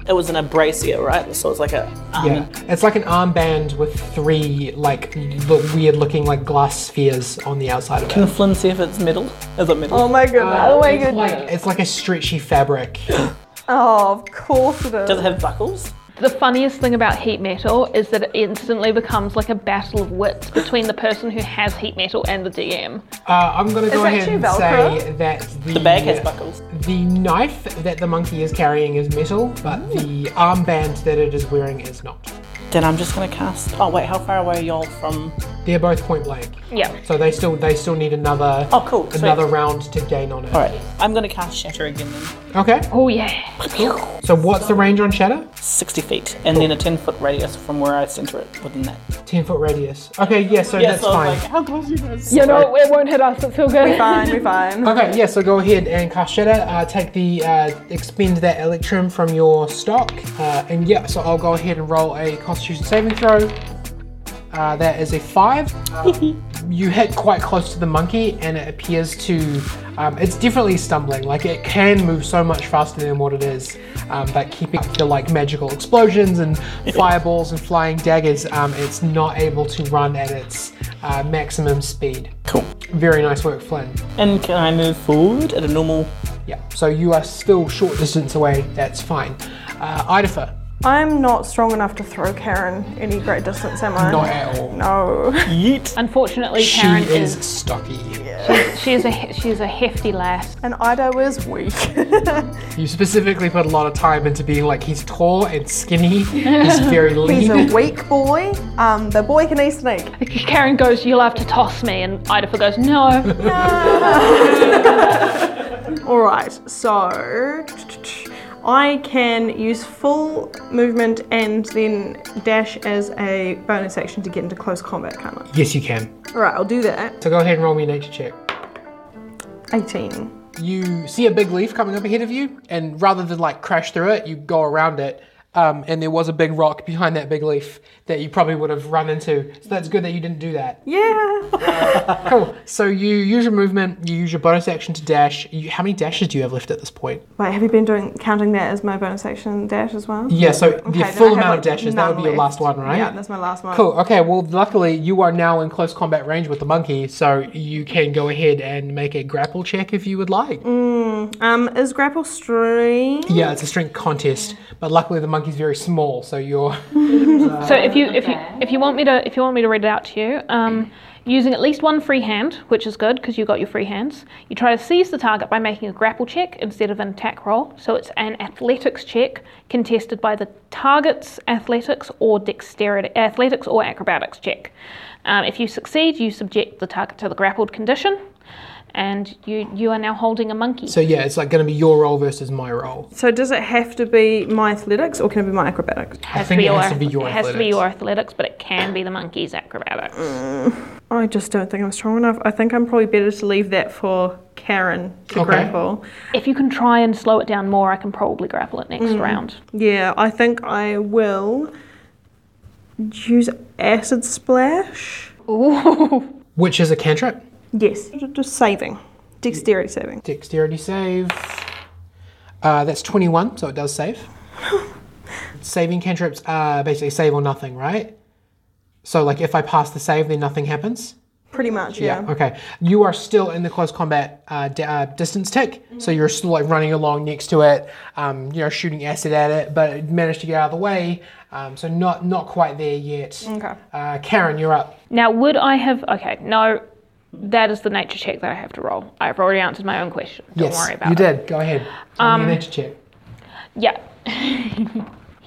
Speaker 6: It was an abracia, right? So it's like a um,
Speaker 2: Yeah, it's like an armband with three like lo- weird looking like glass spheres on the outside of
Speaker 6: Can
Speaker 2: it.
Speaker 6: Flynn see if it's metal? Is it metal?
Speaker 3: Oh my goodness. oh my
Speaker 2: Uh, It's
Speaker 3: goodness.
Speaker 2: like, it's like a stretchy fabric. Uh,
Speaker 3: Oh, of course it
Speaker 6: Does it
Speaker 3: is.
Speaker 6: have buckles?
Speaker 5: The funniest thing about heat metal is that it instantly becomes like a battle of wits between the person who has heat metal and the DM.
Speaker 2: Uh, I'm gonna go
Speaker 3: that
Speaker 2: ahead
Speaker 3: too
Speaker 2: and
Speaker 3: Velcro?
Speaker 2: say that the,
Speaker 6: The bag has buckles.
Speaker 2: the knife that the monkey is carrying is metal, but the armband that it is wearing is not.
Speaker 6: Then I'm just gonna cast. Oh wait, how far away are y'all from
Speaker 2: They're both point blank,
Speaker 5: Yeah.
Speaker 2: so they still they still need another
Speaker 6: Oh, cool. Sweet.
Speaker 2: another round to gain on it.
Speaker 6: All right, I'm gonna cast Shatter again then.
Speaker 2: Okay.
Speaker 5: Oh yeah.
Speaker 2: So what's the range on Shatter?
Speaker 6: 60 feet, and then a 10 foot radius from where I center it within that.
Speaker 2: Ten foot radius. Okay. Yeah. So
Speaker 6: Yeah,
Speaker 2: that's
Speaker 6: so I
Speaker 2: fine.
Speaker 6: was like, how close are you guys?
Speaker 5: You know it won't hit us. It's all good.
Speaker 3: Fine, we're fine.
Speaker 2: Okay, yeah, so go ahead and cast Shatter. Uh, take the, uh, expend that Electrum from your stock. Uh, and yeah, so I'll go ahead and roll a Constitution saving throw. Uh, that is a five. Um, you hit quite close to the monkey, and it appears to. Um, it's definitely stumbling. Like it can move so much faster than what it is, um, but keeping up the like magical explosions and fireballs and flying daggers, um, it's not able to run at its uh, maximum speed.
Speaker 6: Cool.
Speaker 2: Very nice work, Flynn.
Speaker 6: And can I move forward at a normal?
Speaker 2: Yeah, so you are still short distance away. That's fine. Uh, Idafa,
Speaker 3: I'm not strong enough to throw Karen any great distance, am I?
Speaker 2: not at all.
Speaker 3: No.
Speaker 6: Yeet.
Speaker 5: Unfortunately,
Speaker 2: She
Speaker 5: Karen
Speaker 2: is
Speaker 5: is
Speaker 2: stocky.
Speaker 5: she is a he- she is a hefty lass.
Speaker 3: And Ido is weak.
Speaker 2: You specifically put a lot of time into being like he's tall and skinny. He's very
Speaker 3: He's
Speaker 2: lean.
Speaker 3: a weak boy. Um, the boy can eat snake.
Speaker 5: Karen goes, "You'll have to toss me," and Idafa goes, "No."
Speaker 3: All right, so I can use full movement and then dash as a bonus action to get into close combat, can't I?
Speaker 2: yes, you can.
Speaker 3: All right, I'll do that.
Speaker 2: So go ahead and roll me a nature check.
Speaker 3: 18.
Speaker 2: You see a big leaf coming up ahead of you, and rather than like crash through it, you go around it. Um, and there was a big rock behind that big leaf that you probably would have run into. So that's good that you didn't do that.
Speaker 3: Yeah.
Speaker 2: Cool. So you use your movement, you use your bonus action to dash. You, how many dashes do you have left at this point?
Speaker 3: Wait, have you been doing counting that as my bonus action dash as well?
Speaker 2: Yeah, so
Speaker 3: Okay,
Speaker 2: the
Speaker 3: then I
Speaker 2: full
Speaker 3: have,
Speaker 2: amount
Speaker 3: like,
Speaker 2: of dashes, that would be
Speaker 3: none
Speaker 2: your last
Speaker 3: left.
Speaker 2: one, right?
Speaker 3: Yeah, that's my last one.
Speaker 2: Cool. Okay, well, luckily you are now in close combat range with the monkey, so you can go ahead and make a grapple check if you would like.
Speaker 3: Um, is grapple string?
Speaker 2: Yeah, it's a strength contest, but luckily the monkey's very small, so you're.
Speaker 5: so if you if you if you want me to if you want me to read it out to you, um, using at least one free hand, which is good because you got your free hands, you try to seize the target by making a grapple check instead of an attack roll. So it's an athletics check contested by the target's athletics or dexterity athletics or acrobatics check. Um, if you succeed, you subject the target to the grappled condition, and you you are now holding a monkey.
Speaker 2: So yeah, it's like going to be your roll versus my roll.
Speaker 3: So does it have to be my athletics or can it be my acrobatics?
Speaker 2: I think it has to be your
Speaker 5: it has to be
Speaker 2: athletics.
Speaker 5: your athletics, but it can be the monkey's acrobatics. Mm.
Speaker 3: I just don't think I'm strong enough. I think I'm probably better to leave that for Karen to
Speaker 2: Okay.
Speaker 3: grapple.
Speaker 5: If you can try and slow it down more, I can probably grapple it next round.
Speaker 3: Yeah, I think I will use acid splash.
Speaker 5: Ooh.
Speaker 2: Which is a cantrip.
Speaker 3: Yes, just saving, dexterity saving.
Speaker 2: Dexterity save. Uh, that's 21, so it does save. Saving cantrips are basically save or nothing, right? So, like, if I pass the save, then nothing happens?
Speaker 3: Pretty much, yeah.
Speaker 2: Okay. You are still in the close combat uh, d- uh, distance tick, so
Speaker 5: Mm-hmm.
Speaker 2: you're still, like, running along next to it, um, you know, shooting acid at it, but it managed to get out of the way, um, so not, not quite there yet.
Speaker 3: Okay.
Speaker 2: Uh, Karen, you're up.
Speaker 5: Now, would I have. Okay, no, that is the nature check that I have to roll. I've already answered my own question. Don't
Speaker 2: yes,
Speaker 5: worry about
Speaker 2: you
Speaker 5: it.
Speaker 2: did. Go ahead. Um, nature check.
Speaker 5: Yeah.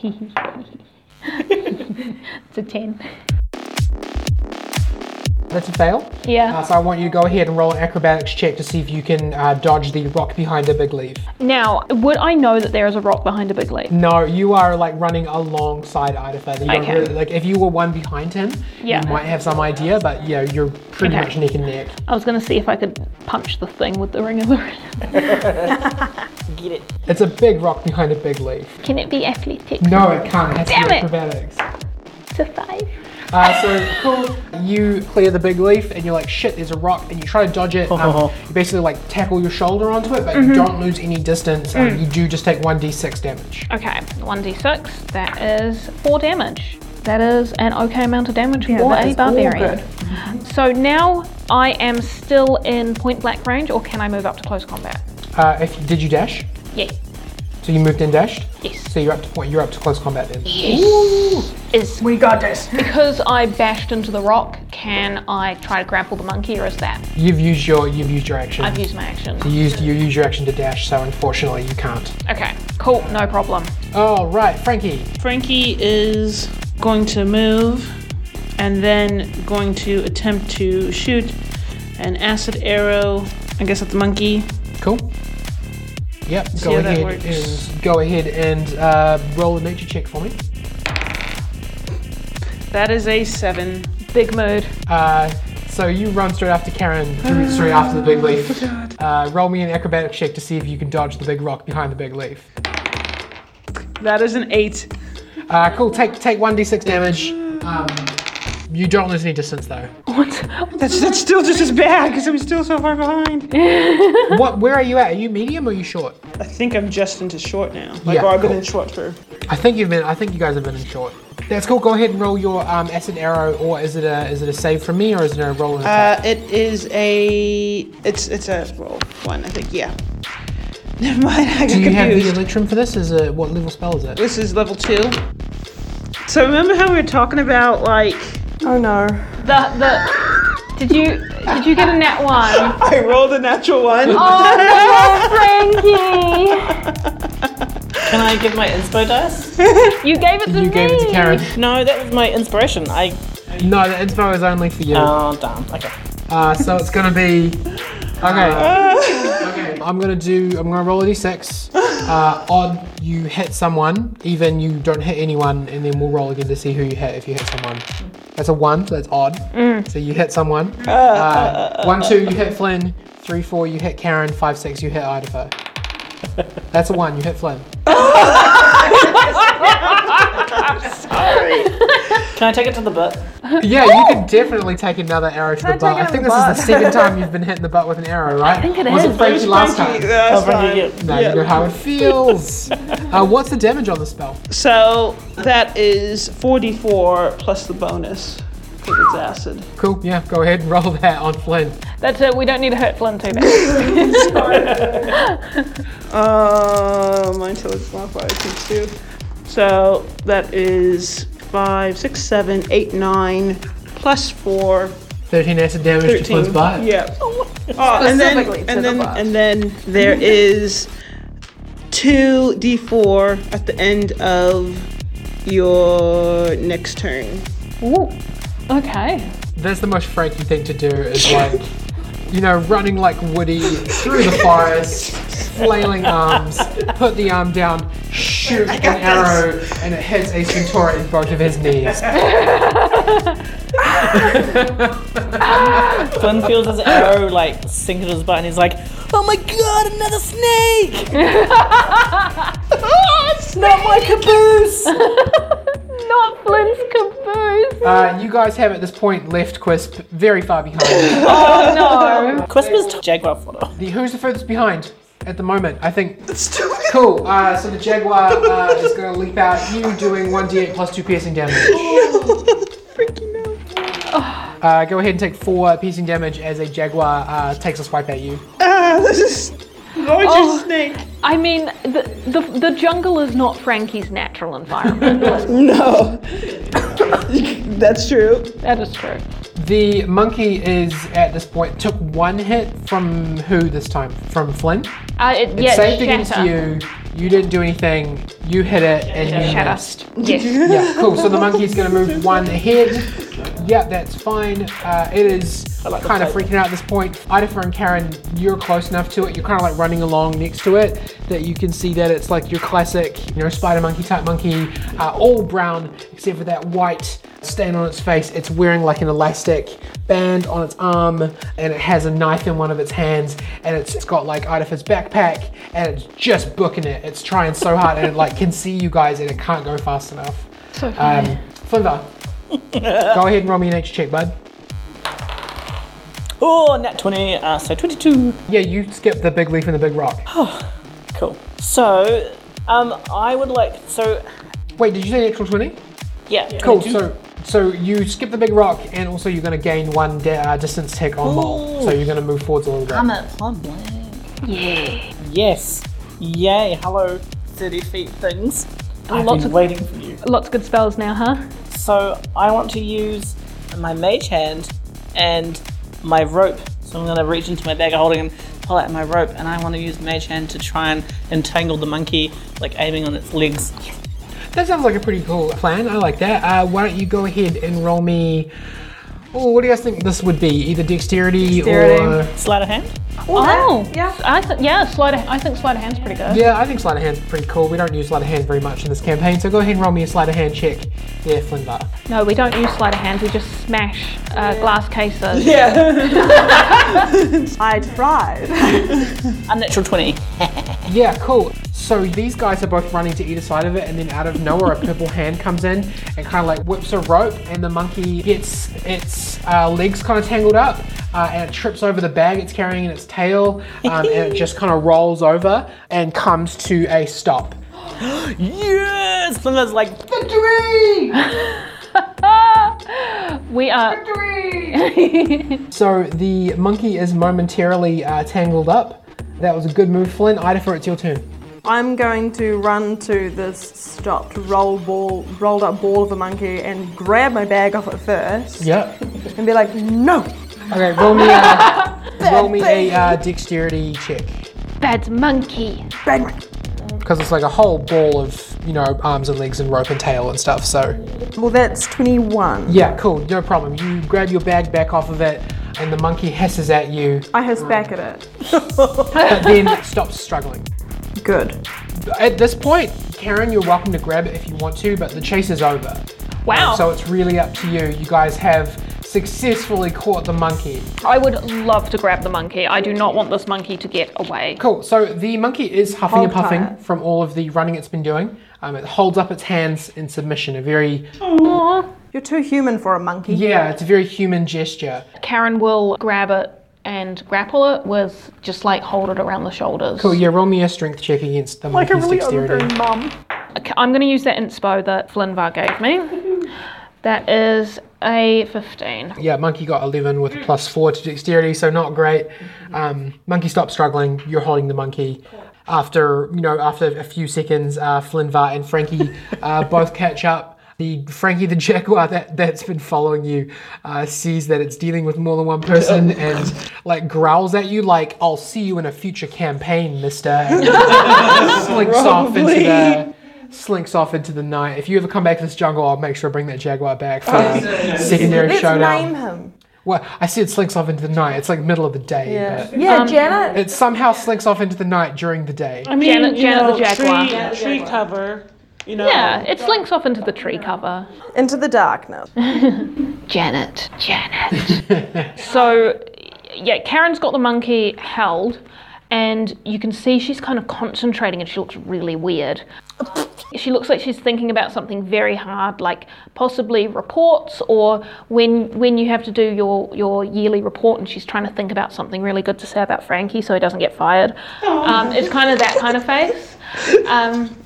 Speaker 5: it's a 10.
Speaker 2: That's a fail.
Speaker 5: Yeah.
Speaker 2: Uh, so I want you to go ahead and roll an acrobatics check to see if you can uh, dodge the rock behind the big leaf.
Speaker 5: Now, would I know that there is a rock behind a big leaf?
Speaker 2: No, you are like running alongside Idafa. You don't
Speaker 5: Okay.
Speaker 2: really- like if you were one behind him,
Speaker 5: Yeah.
Speaker 2: you might have some idea, but yeah, you're pretty
Speaker 5: Okay.
Speaker 2: much neck and neck.
Speaker 5: I was going to see if I could punch the thing with the ring of the ring.
Speaker 6: Get it.
Speaker 2: It's a big rock behind a big leaf.
Speaker 5: Can it be athletic?
Speaker 2: No, it can't. It has to
Speaker 5: Damn
Speaker 2: be
Speaker 5: it.
Speaker 2: acrobatics.
Speaker 5: It's a 5.
Speaker 2: Uh, so cool. You clear the big leaf, and you're like, "Shit, there's a rock," and you try to dodge it. Um, you basically like tackle your shoulder onto it, but
Speaker 5: Mm-hmm.
Speaker 2: you don't lose any distance.
Speaker 5: Mm.
Speaker 2: Um, You do just take one d6 damage.
Speaker 5: Okay, 1d6. That is 4 damage. That is an okay amount of damage for
Speaker 3: that
Speaker 5: a
Speaker 3: is all
Speaker 5: barbarian. Mm-hmm.
Speaker 3: good.
Speaker 5: So now I am still in point blank range, or can I move up to close combat?
Speaker 2: Uh, if did you dash?
Speaker 5: Yeah.
Speaker 2: So you moved and dashed.
Speaker 5: Yes.
Speaker 2: So you're up to point. You're up to close combat then.
Speaker 5: Is we got this. Because I bashed into the rock, can I try to grapple the monkey, or is that
Speaker 2: You've used your you've used your action.
Speaker 5: I've used my action?
Speaker 2: you used you used your action to dash, so unfortunately you can't.
Speaker 5: Okay, cool, no problem.
Speaker 2: All right, Frankie.
Speaker 4: Frankie is going to move
Speaker 7: and then going to attempt to shoot an acid arrow, I guess at the monkey.
Speaker 2: Cool. Yep. Go
Speaker 7: how that
Speaker 2: ahead
Speaker 7: works.
Speaker 2: and go ahead and uh, roll a nature check for me.
Speaker 7: That is a seven.
Speaker 5: Big mood.
Speaker 2: Uh, so you run straight after Karen,
Speaker 7: Oh,
Speaker 2: straight after the big leaf. Uh, roll me an acrobatic check to see if you can dodge the big rock behind the big leaf.
Speaker 7: That is an eight.
Speaker 2: Uh, cool. Take take one d6 damage. Um, you don't lose any distance though.
Speaker 4: That's that's still just as bad because I'm still so far behind.
Speaker 2: what? Where are you at? Are you medium or are you short?
Speaker 4: I think I'm just into short now. Like,
Speaker 2: Yeah,
Speaker 4: or I've been
Speaker 2: cool.
Speaker 4: in short for.
Speaker 2: I think you've been. I think you guys have been in short. That's cool. Go ahead and roll your um, acid arrow, or is it a is it a save from me, or is it a roll? and attack?
Speaker 4: Uh, it is a. It's it's a roll one, I think. Yeah. Never mind. I got
Speaker 2: Do you have the
Speaker 4: confused.
Speaker 2: electrum for this? Is it what level spell is it?
Speaker 4: This is level two. So remember how we were talking about like
Speaker 3: Oh no.
Speaker 5: The the. Did you did you get a net one?
Speaker 4: I rolled a natural one.
Speaker 2: Oh.
Speaker 5: Oh, Frankie!
Speaker 6: Can I give my inspo dice?
Speaker 5: You gave it to me.
Speaker 2: You gave it to Karen.
Speaker 6: No, that was my inspiration. I.
Speaker 2: No, the info is only for you.
Speaker 6: Oh, damn. Okay.
Speaker 2: Uh, so it's gonna be. Okay. okay. I'm gonna do. I'm gonna roll a d6. Uh, odd, you hit someone. Even, you don't hit anyone, and then we'll roll again to see who you hit if you hit someone. That's a one, so that's odd. So you hit someone. Mm. Uh, one, two, you hit Flynn. Three, four, you hit Karen. Five, six, you hit Idaho. That's a one. You hit Flynn.
Speaker 6: Can I take it to the butt?
Speaker 2: Yeah, you could definitely take another arrow to the butt. I
Speaker 3: it in
Speaker 2: think
Speaker 3: the
Speaker 2: this is the second time you've been hit in the butt with an arrow, right? I think
Speaker 5: it
Speaker 2: Was
Speaker 5: is.
Speaker 2: it Frankie last time?
Speaker 4: That's
Speaker 6: Over
Speaker 4: fine.
Speaker 6: here.
Speaker 2: Now you know how it feels. uh, what's the damage on the spell?
Speaker 4: So that is 44 plus the bonus. I think it's acid.
Speaker 2: Cool. Yeah, go ahead and roll that on Flynn.
Speaker 5: That's it. We don't need to hurt Flynn too bad.
Speaker 4: Uh, mine till it's modified times two. So that is five, six, seven, eight, nine, plus four,
Speaker 2: 13 acid damage to
Speaker 4: thirteen.
Speaker 2: Flynn's butt.
Speaker 4: Yeah. Oh, and then
Speaker 3: Specifically to
Speaker 4: and
Speaker 3: the
Speaker 4: then
Speaker 3: butt.
Speaker 4: and then there is two d4 at the end of your next turn.
Speaker 5: Ooh. Okay.
Speaker 2: That's the most Frankie thing to do is like, you know, running like Woody through the forest, flailing arms, put the arm down, shoot an arrow, and it hits a centaur in both of his knees.
Speaker 6: Flynn feels his arrow like sink into his butt and he's like, oh my god, another snake! Ah, It's Not my caboose!
Speaker 5: Not Flynn's caboose.
Speaker 2: Uh, you guys have at this point left Quisp very far behind.
Speaker 6: Christmas t- jaguar photo.
Speaker 2: The, who's the furthest behind at the moment? I think
Speaker 4: Stupid.
Speaker 2: Cool. Uh, so the jaguar uh, is going to leap out. You doing one d8 plus two piercing damage. Uh, go ahead and take four piercing damage as a jaguar uh, takes a swipe at you.
Speaker 4: Ah, this is gorgeous snake.
Speaker 5: I mean, the, the the jungle is not Frankie's natural environment.
Speaker 4: No. That's true.
Speaker 5: that is true.
Speaker 2: The monkey is at this point took one hit from who this time? From Flynn.
Speaker 5: Uh, it,
Speaker 2: It
Speaker 5: yeah, it's
Speaker 2: saved
Speaker 5: shatter.
Speaker 2: against you. You didn't do anything. You hit it and you
Speaker 5: Shatter.
Speaker 2: missed.
Speaker 5: Yes.
Speaker 2: Yeah, cool. So the monkey's going to move one ahead. Yeah, that's fine. Uh, it is
Speaker 6: like the
Speaker 2: kind of
Speaker 6: plate.
Speaker 2: freaking out at this point. Idafer and Karen, you're close enough to it. You're kind of like running along next to it that you can see that it's like your classic, you know, spider monkey type monkey, uh, all brown except for that white stain on its face. It's wearing like an elastic band on its arm and it has a knife in one of its hands and it's, it's got like Idafer's backpack and it's just booking it. It's trying so hard and it like can see you guys and it can't go fast enough.
Speaker 5: So funny.
Speaker 2: Um, Flimba, go ahead and roll me an extra check, bud.
Speaker 6: Oh, nat 20, uh, so 22.
Speaker 2: Yeah, you skipped the big leaf and the big rock.
Speaker 6: Cool. So, um, I would like, so,
Speaker 2: Wait, did you say natural 20?
Speaker 6: yeah.
Speaker 2: Cool,
Speaker 6: 22.
Speaker 2: so so you skip the big rock and also you're going to gain one da- uh, distance tick on Maul. So you're going to move forwards a little bit.
Speaker 6: I'm at Plum Yes. Yay. Hello, 30 feet things. I've
Speaker 5: Lots
Speaker 6: been
Speaker 5: of-
Speaker 6: waiting for you.
Speaker 5: Lots of good spells now, huh?
Speaker 6: So I want to use my mage hand and my rope. So I'm going to reach into my bag of holding and pull out my rope, and I want to use mage hand to try and entangle the monkey, like aiming on its legs.
Speaker 2: That sounds like a pretty cool plan. I like that. Uh, why don't you go ahead and roll me? Oh, what do you guys think this would be? Either dexterity, or
Speaker 3: Dexterity.
Speaker 6: Sleight of hand?
Speaker 5: Oh, yeah. I th- yeah, sleight of, I think sleight of hand's pretty good.
Speaker 2: yeah, I think sleight of hand's pretty cool. We don't use sleight of hand very much in this campaign, so go ahead and roll me a sleight of hand check. Yeah, Flimbar.
Speaker 5: No, we don't use sleight of hand. We just smash uh, glass cases.
Speaker 3: I tried.
Speaker 6: A natural 20.
Speaker 2: Yeah, cool. So these guys are both running to either side of it, and then out of nowhere, a purple hand comes in and kind of like whips a rope, and the monkey gets its uh, legs kind of tangled up, uh, and it trips over the bag it's carrying in its tail, um, and it just kind of rolls over and comes to a stop.
Speaker 6: Yes! Flinla's like,
Speaker 5: We are.
Speaker 2: So the monkey is momentarily uh, tangled up. That was a good move, Flynn. Idafer, it's your turn.
Speaker 3: I'm going to run to this stopped roll ball, rolled up ball of a monkey and grab my bag off it first
Speaker 2: Yep.
Speaker 3: and be like, no.
Speaker 2: Okay, roll me a, roll me a uh, dexterity check.
Speaker 5: Bad monkey.
Speaker 3: Bang.
Speaker 2: because it's like a whole ball of you know arms and legs and rope and tail and stuff. So
Speaker 3: Well, that's 21.
Speaker 2: yeah, cool, no problem. You grab your bag back off of it, and the monkey hisses at you,
Speaker 3: I hiss back at it.
Speaker 2: but then stops struggling.
Speaker 3: Good.
Speaker 2: At this point, Karen, you're welcome to grab it if you want to, but the chase is over.
Speaker 5: Wow.
Speaker 2: So it's really up to you. You guys have successfully caught the monkey.
Speaker 5: I would love to grab the monkey. I do not want this monkey to get away.
Speaker 2: Cool. So the monkey is huffing and
Speaker 3: Hold
Speaker 2: puffing
Speaker 3: tight.
Speaker 2: from all of the running it's been doing. Um, it holds up its hands in submission. A very
Speaker 3: You're too human for a monkey.
Speaker 2: yeah, it's a very human gesture.
Speaker 5: Karen will grab it and grapple it with just like hold it around the shoulders.
Speaker 2: Cool. Yeah, roll me a strength check against the
Speaker 3: Like a
Speaker 2: monkey's
Speaker 3: really
Speaker 2: dexterity.
Speaker 3: overgrown mum.
Speaker 5: Okay, I'm going to use that inspo that Flinvar gave me. That is a 15.
Speaker 2: Yeah, monkey got 11 with a plus 4 to dexterity, so not great. Um, monkey stops struggling. You're holding the monkey. After, you know, after a few seconds, uh, Flinvar and Frankie uh, both catch up. The Frankie the Jaguar that, that's been following you uh, sees that it's dealing with more than one person and like growls at you like, I'll see you in a future campaign, mister. And slinks off into the slinks off into the night. If you ever come back to this jungle, I'll make sure I bring that Jaguar back for a secondary
Speaker 3: Let's
Speaker 2: showdown.
Speaker 3: name him.
Speaker 2: Well, I see it slinks off into the night. It's like middle of the day.
Speaker 3: Yeah,
Speaker 2: but
Speaker 3: Janet.
Speaker 2: It somehow slinks off into the night during the day.
Speaker 7: I mean,
Speaker 5: Janet-
Speaker 7: you
Speaker 5: Janet the
Speaker 7: know,
Speaker 5: Jaguar.
Speaker 7: Tree, tree cover. You know.
Speaker 5: Yeah, it slinks off into the tree cover.
Speaker 3: Into the darkness.
Speaker 5: Janet, Janet. so, yeah, Karen's got the monkey held, and you can see she's kind of concentrating and she looks really weird. She looks like she's thinking about something very hard, like possibly reports or when when you have to do your, your yearly report and she's trying to think about something really good to say about Frankie so he doesn't get fired. Um, it's kind of that kind of face. Um,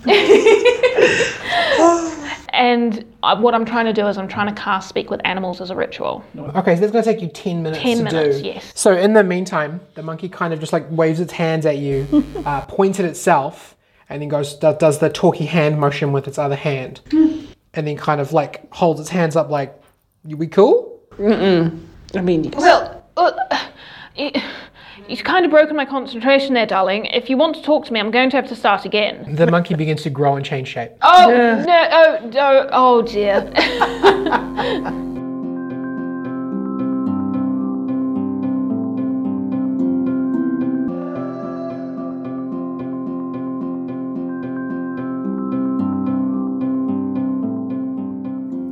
Speaker 5: and I, what I'm trying to do is I'm trying to cast Speak with Animals as a ritual.
Speaker 2: Okay, so that's going to take you 10 minutes
Speaker 5: 10
Speaker 2: to
Speaker 5: minutes,
Speaker 2: do.
Speaker 5: yes.
Speaker 2: So in the meantime, the monkey kind of just like waves its hands at you, uh, points at itself, and then goes do- does the talky hand motion with its other hand. and then kind of like holds its hands up like, "You- we cool?
Speaker 7: I mean,
Speaker 5: Well, uh, you, you've kind of broken my concentration there, darling. If you want to talk to me, I'm going to have to start again.
Speaker 2: The monkey begins to grow and change shape.
Speaker 5: Oh, no, oh, no, oh dear.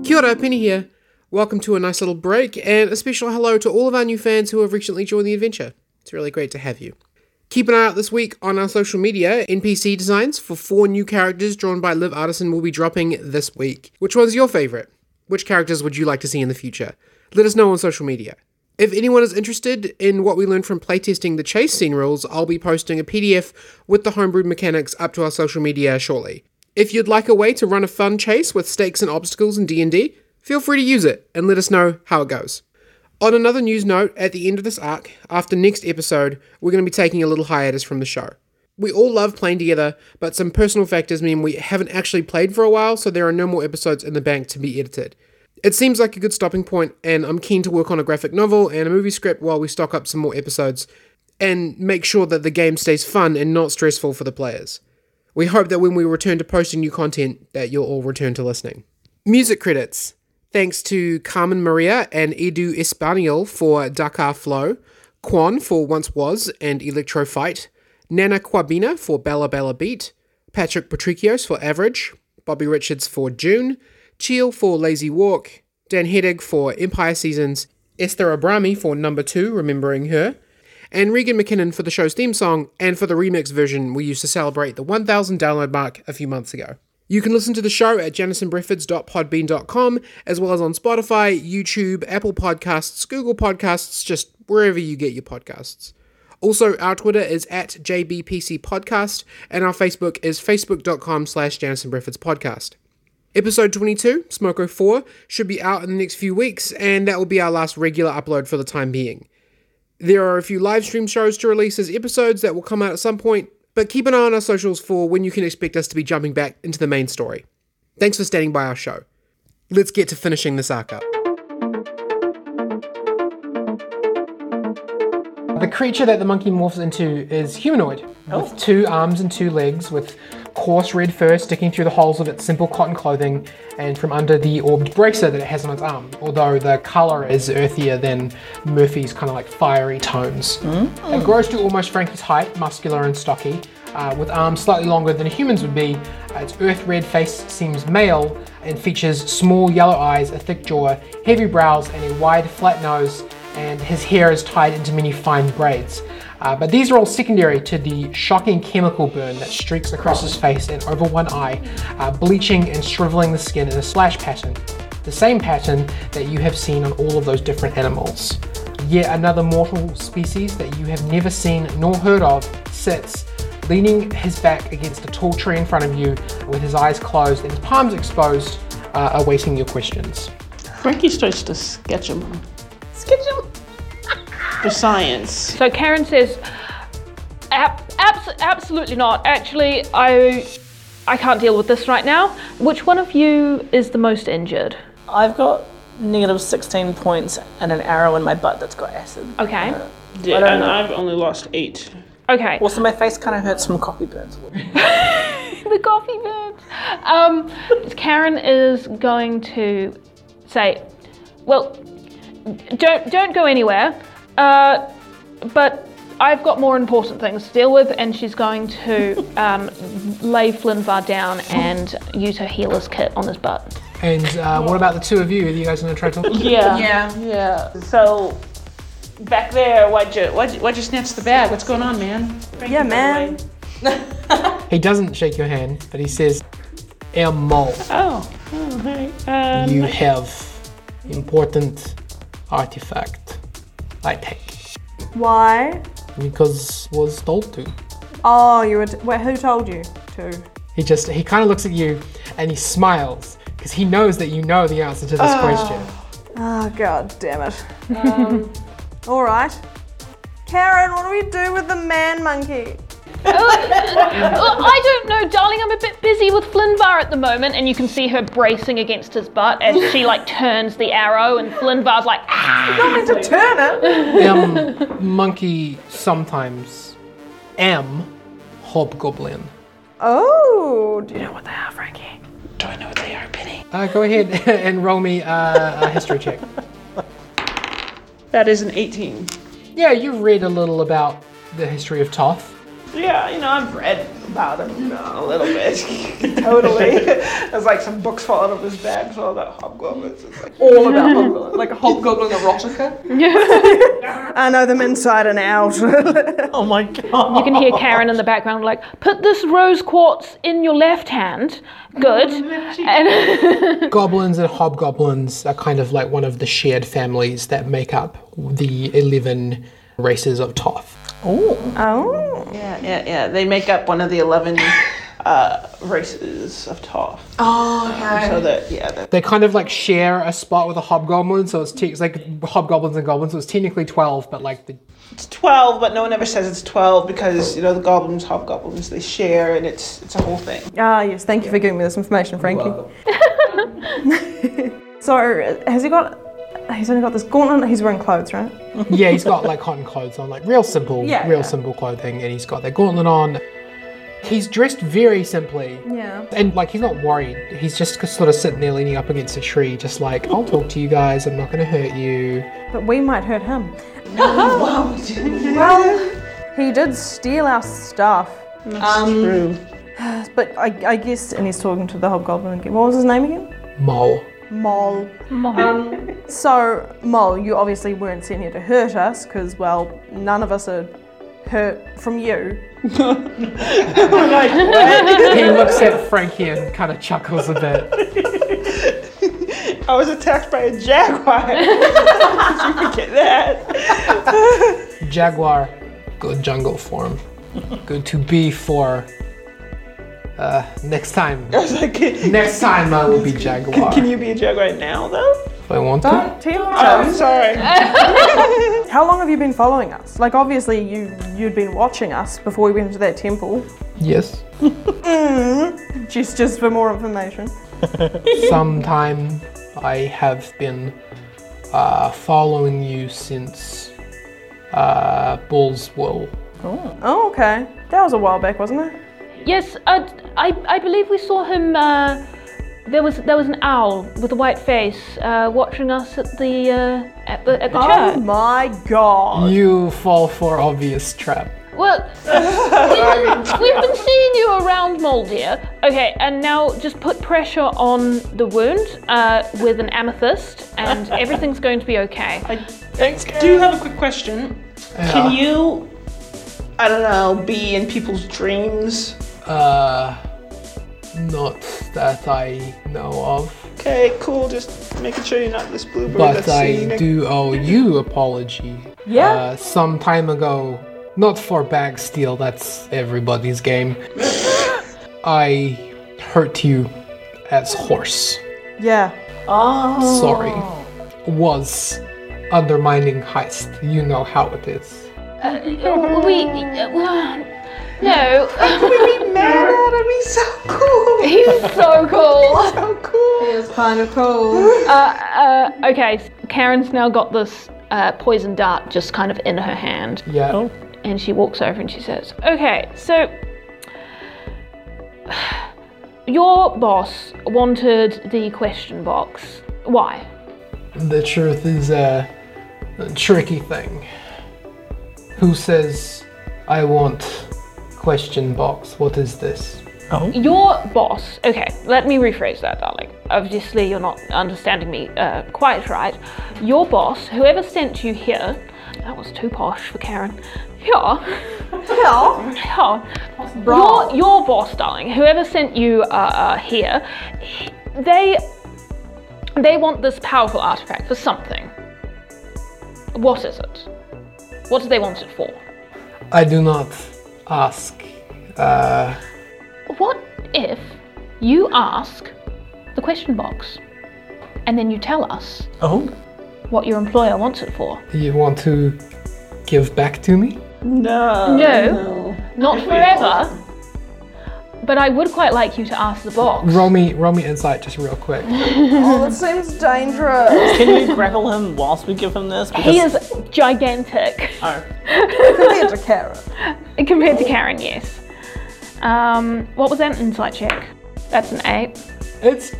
Speaker 2: Kia ora, Penny here. Welcome to a nice little break, and a special hello to all of our new fans who have recently joined the adventure. It's really great to have you. Keep an eye out this week on our social media. NPC designs for four new characters drawn by Liv Artisan will be dropping this week. Which one's your favourite? Which characters would you like to see in the future? Let us know on social media. If anyone is interested in what we learned from playtesting the chase scene rules, I'll be posting a PDF with the homebrew mechanics up to our social media shortly. If you'd like a way to run a fun chase with stakes and obstacles in D&D, feel free to use it and let us know how it goes. On another news note, at the end of this arc, after next episode, we're going to be taking a little hiatus from the show. We all love playing together, but some personal factors mean we haven't actually played for a while, so there are no more episodes in the bank to be edited. It seems like a good stopping point, and I'm keen to work on a graphic novel and a movie script while we stock up some more episodes and make sure that the game stays fun and not stressful for the players. We hope that when we return to posting new content that you'll all return to listening. Music credits. Thanks to Carmen Maria and Edu Espanol for Dakar Flow, Quan for Once Was and Electro Fight, Nana Quabina for Bella Bella Beat, Patrick Patricios for Average, Bobby Richards for June, Cheel for Lazy Walk, Dan Hedig for Empire Seasons, Esther Abrami for Number 2, Remembering Her, and Regan McKinnon for the show's theme song and for the remix version we used to celebrate the 1000 download mark a few months ago. You can listen to the show at jamisonbreffords.podbean.com as well as on Spotify, YouTube, Apple Podcasts, Google Podcasts, just wherever you get your podcasts. Also, our Twitter is at JBPC Podcast and our Facebook is facebook.com slash Janison Breffords Podcast. Episode 22, Smoko 4, should be out in the next few weeks and that will be our last regular upload for the time being. There are a few live stream shows to release as episodes that will come out at some point, but keep an eye on our socials for when you can expect us to be jumping back into the main story. Thanks for standing by our show. Let's get to finishing this arc up. The creature that the monkey morphs into is humanoid, with two arms and two legs, with coarse red fur sticking through the holes of its simple cotton clothing and from under the orbed bracer that it has on its arm, although the colour is earthier than Murphy's kind of like fiery tones. It grows to almost Frankie's height, muscular and stocky, uh, with arms slightly longer than a human's would be. Uh, its earth red face seems male and features small yellow eyes, a thick jaw, heavy brows, and a wide flat nose. And his hair is tied into many fine braids. Uh, but these are all secondary to the shocking chemical burn that streaks across his face and over one eye, uh, bleaching and shriveling the skin in a slash pattern. The same pattern that you have seen on all of those different animals yet another mortal species that you have never seen nor heard of sits, leaning his back against a tall tree in front of you, with his eyes closed and his palms exposed, uh, awaiting your questions.
Speaker 7: Frankie starts to sketch him
Speaker 4: Skip jump.
Speaker 7: for science.
Speaker 5: So Karen says, Ab- abs- absolutely not. Actually, I, I can't deal with this right now. Which one of you is the most injured?
Speaker 6: I've got negative 16 points and an arrow in my butt that's got acid.
Speaker 5: Okay.
Speaker 7: Yeah, and I've only lost eight.
Speaker 5: Okay.
Speaker 6: Also, my face kind of hurts from coffee burns.
Speaker 5: the coffee bird. Um, Karen is going to say, "Well, don't don't go anywhere." Uh, but I've got more important things to deal with, and she's going to um, lay Flinvar down and use her healer's kit on his butt.
Speaker 2: And uh, what about the two of you? Are you guys going to try to?
Speaker 7: Yeah.
Speaker 4: Yeah, yeah. So back there, why'd you why'd you, why'd you snatch the bag? What's going on, man?
Speaker 3: Yeah, man.
Speaker 2: he doesn't shake your hand, but he says, "Our mole,
Speaker 7: Oh. oh hey. Um,
Speaker 2: you have important artifact. I take
Speaker 3: Why?
Speaker 2: because was told to."
Speaker 3: Oh, you were. T- wait, who told you to?
Speaker 2: He just he kind of looks at you and he smiles because he knows that you know the answer to this
Speaker 3: Ah.
Speaker 2: question.
Speaker 3: Oh, god damn it. Um, all right. Karen, what do we do with the man monkey?
Speaker 5: Well, I don't know, darling. I'm a bit busy with Flinvar at the moment, and you can see her bracing against his butt as she like turns the arrow, and Flinvar's like, "Ah!"
Speaker 3: Not meant to turn it.
Speaker 2: M monkey sometimes M hobgoblin.
Speaker 3: Oh, do you know what they are, Frankie?
Speaker 4: Do I know what they are, Penny?
Speaker 2: Uh, go ahead and roll me uh, a history check.
Speaker 4: That is an 18.
Speaker 2: Yeah, you've read a little about the history of Toth.
Speaker 4: Yeah, you know, I've read about him, you know, a little bit. totally. There's like some books falling off his bag, so all that hobgoblins. It's like all about hobgoblin. Like hobgoblin erotica.
Speaker 3: I know them inside and out.
Speaker 6: Oh my god.
Speaker 5: You can hear Karen in the background, like, put this rose quartz in your left hand. Good. And
Speaker 2: Goblins and hobgoblins are kind of like one of the shared families that make up the eleven races of Toth.
Speaker 3: oh.
Speaker 4: Yeah, yeah, yeah. They make up one of the 11 uh, races of Toth.
Speaker 3: Oh, okay.
Speaker 4: So that, yeah, that,
Speaker 2: They kind of like share a spot with a hobgoblin, so it's, te- it's like hobgoblins and goblins. So it's technically twelve, but like the
Speaker 4: it's 12, but no one ever says it's 12 because, you know, the goblins, hobgoblins, they share and it's it's a whole thing.
Speaker 3: Ah, yes. Thank you for giving me this information, Frankie. so, has he got. He's only got this gauntlet. He's wearing clothes, right?
Speaker 2: yeah, he's got like cotton clothes on, like real simple,
Speaker 3: Yeah,
Speaker 2: real
Speaker 3: yeah.
Speaker 2: simple clothing, and he's got that gauntlet on. He's dressed very simply.
Speaker 3: Yeah.
Speaker 2: And like he's not worried. He's just sort of sitting there leaning up against a tree, just like, I'll talk to you guys, I'm not gonna hurt you.
Speaker 3: But we might hurt him. well, he did steal our stuff. Um,
Speaker 4: True.
Speaker 3: But I, I guess, and he's talking to the hobgoblin again. What was his name again?
Speaker 2: Mole.
Speaker 3: Mol. Mol. Um, so, Mol, you obviously weren't sent here to hurt us, because, well, none of us are hurt from you.
Speaker 2: He looks at Frankie and kind of chuckles a bit.
Speaker 4: I was attacked by a jaguar. Did you forget that?
Speaker 2: Jaguar, good jungle form. Good to be for. Uh, next time.
Speaker 4: I was like, can,
Speaker 2: Next time I will be Jaguar.
Speaker 4: can you be a jaguar now though?
Speaker 2: if I want to.
Speaker 4: Oh, I'm sorry.
Speaker 3: Um, How long have you been following us? Like, obviously, you you'd been watching us before we went to that temple.
Speaker 2: Yes.
Speaker 3: Just just for more information.
Speaker 2: Sometime I have been uh, following you since uh, Bull's Wool.
Speaker 3: Oh, okay. That was a while back, wasn't it?
Speaker 7: Yes, uh, I, I believe we saw him. Uh, there was there was an owl with a white face uh, watching us at the uh, at the, at the
Speaker 3: Oh
Speaker 7: church.
Speaker 3: my god.
Speaker 2: You fall for obvious trap.
Speaker 7: Well, we've been, we've been seeing you around, Moldia. Okay, and now just put pressure on the wound uh, with an amethyst, and everything's going to be okay.
Speaker 4: I do have a quick question. Can you, I don't know, be in people's dreams?
Speaker 2: Uh, not that I know of,
Speaker 4: Okay, cool. Just making sure you're not this bluebird
Speaker 2: but
Speaker 4: that's
Speaker 2: I
Speaker 4: seen-
Speaker 2: do owe you apology.
Speaker 3: Yeah.
Speaker 2: Uh, some time ago, not for bag steal. That's everybody's game. I hurt you as horse.
Speaker 3: Yeah.
Speaker 2: Sorry. Was undermining heist. You know how it is.
Speaker 7: we uh, no,
Speaker 4: Be mad at him. He's so cool.
Speaker 7: he's so cool.
Speaker 4: So cool.
Speaker 7: Uh, uh, okay, Karen's now got this uh, poison dart just kind of in her hand,
Speaker 2: Yeah.
Speaker 7: and she walks over and she says, "Okay, so." Your boss wanted the question box. Why?
Speaker 2: The truth is a, a tricky thing. Who says I want question box? What is this?
Speaker 7: Your boss, okay, let me rephrase that, darling. Obviously, you're not understanding me uh, quite right. Your boss, whoever sent you here, that was too posh for Karen. Yeah. Yeah. Your, your boss, darling, whoever sent you uh, uh, here, he- they they want this powerful artifact for something. What is it? What do they want it for?
Speaker 2: I do not ask. Uh,
Speaker 7: What if you ask the question box and then you tell us
Speaker 6: Oh,
Speaker 7: what your employer wants it for?
Speaker 2: you want to give back to me?
Speaker 4: No.
Speaker 7: no, not forever. But I would quite like you to ask the box.
Speaker 2: Roll me, roll me insight just real quick.
Speaker 3: That Oh, seems dangerous.
Speaker 6: can you grapple him whilst we give him this? Because
Speaker 7: He is gigantic
Speaker 6: Oh,
Speaker 3: Compared to Karen.
Speaker 7: compared to Karen, yes. Um, what was that insight check? That's an eight.
Speaker 2: It's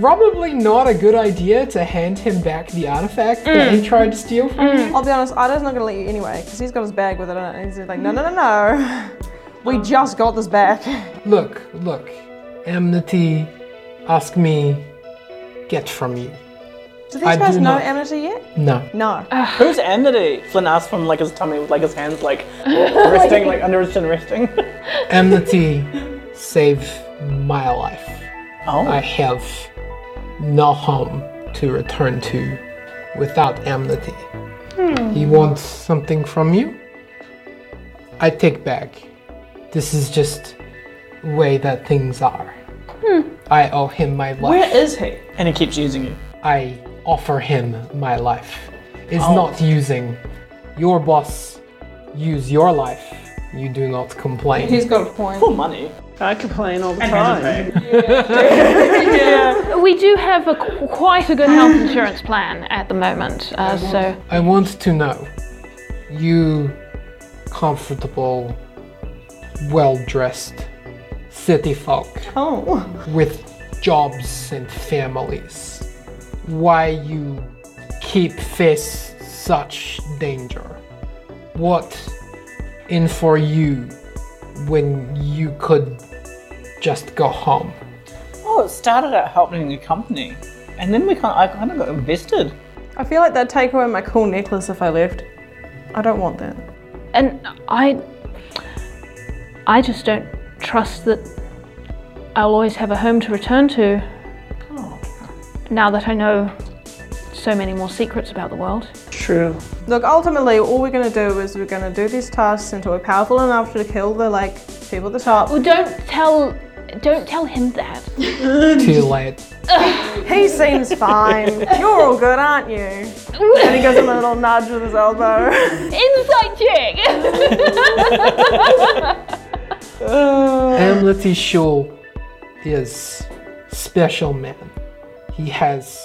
Speaker 2: probably not a good idea to hand him back the artifact that he tried to steal from you.
Speaker 3: I'll be honest, Ida's not gonna let you anyway, because he's got his bag with it in it. And he's like, no, no, no, no. We just got this back.
Speaker 2: Look, look. Amity, ask me, get from you.
Speaker 3: Do these
Speaker 2: I
Speaker 3: guys
Speaker 2: do
Speaker 3: know
Speaker 2: not-
Speaker 3: amity yet?
Speaker 2: No.
Speaker 3: No.
Speaker 6: who's Amity? Flynn asks from like his tummy with like his hands like resting, like under his chin resting.
Speaker 2: Amity, save my life.
Speaker 6: Oh,
Speaker 2: I have no home to return to without amity.
Speaker 6: Hmm.
Speaker 2: He wants something from you. I take back. This is just way that things are. I owe him my life.
Speaker 6: Hmm. where is he? And he keeps using you.
Speaker 2: I offer him my life. It's
Speaker 6: Oh.
Speaker 2: not using. Your boss use your life. You do not complain.
Speaker 3: got a point.
Speaker 6: For money.
Speaker 4: I complain all the time.
Speaker 7: We do have a qu- quite a good health insurance plan at the moment, uh, so
Speaker 2: I want to know you comfortable well dressed city folk
Speaker 3: Oh.
Speaker 2: with jobs and families. Why you keep face such danger? What in for you when you could just go home?
Speaker 6: Oh, it started out helping the company, and then we kind of, I kind of got invested.
Speaker 3: I feel like they'd take away my cool necklace if I left. I don't want that.
Speaker 5: And I, I just don't trust that I'll always have a home to return to. Oh. Now that I know so many more secrets about the world.
Speaker 7: True.
Speaker 3: Look, ultimately, all we're gonna do is we're gonna do these tasks until we're powerful enough to kill the like people at the top.
Speaker 5: Well, don't tell, don't tell him that.
Speaker 2: Too late.
Speaker 3: He seems fine. You're all good, aren't you? And he gives him a little nudge with his elbow.
Speaker 5: Inside check.
Speaker 2: Amlety Shul is special man. He has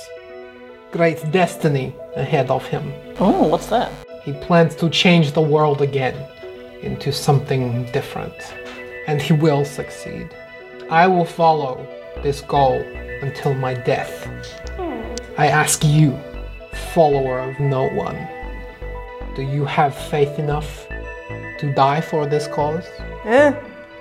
Speaker 2: great destiny ahead of him.
Speaker 6: Oh, what's that?
Speaker 2: He plans to change the world again into something different, and he will succeed. I will follow this goal until my death. I ask you, follower of no one, do you have faith enough to die for this cause?
Speaker 3: Eh,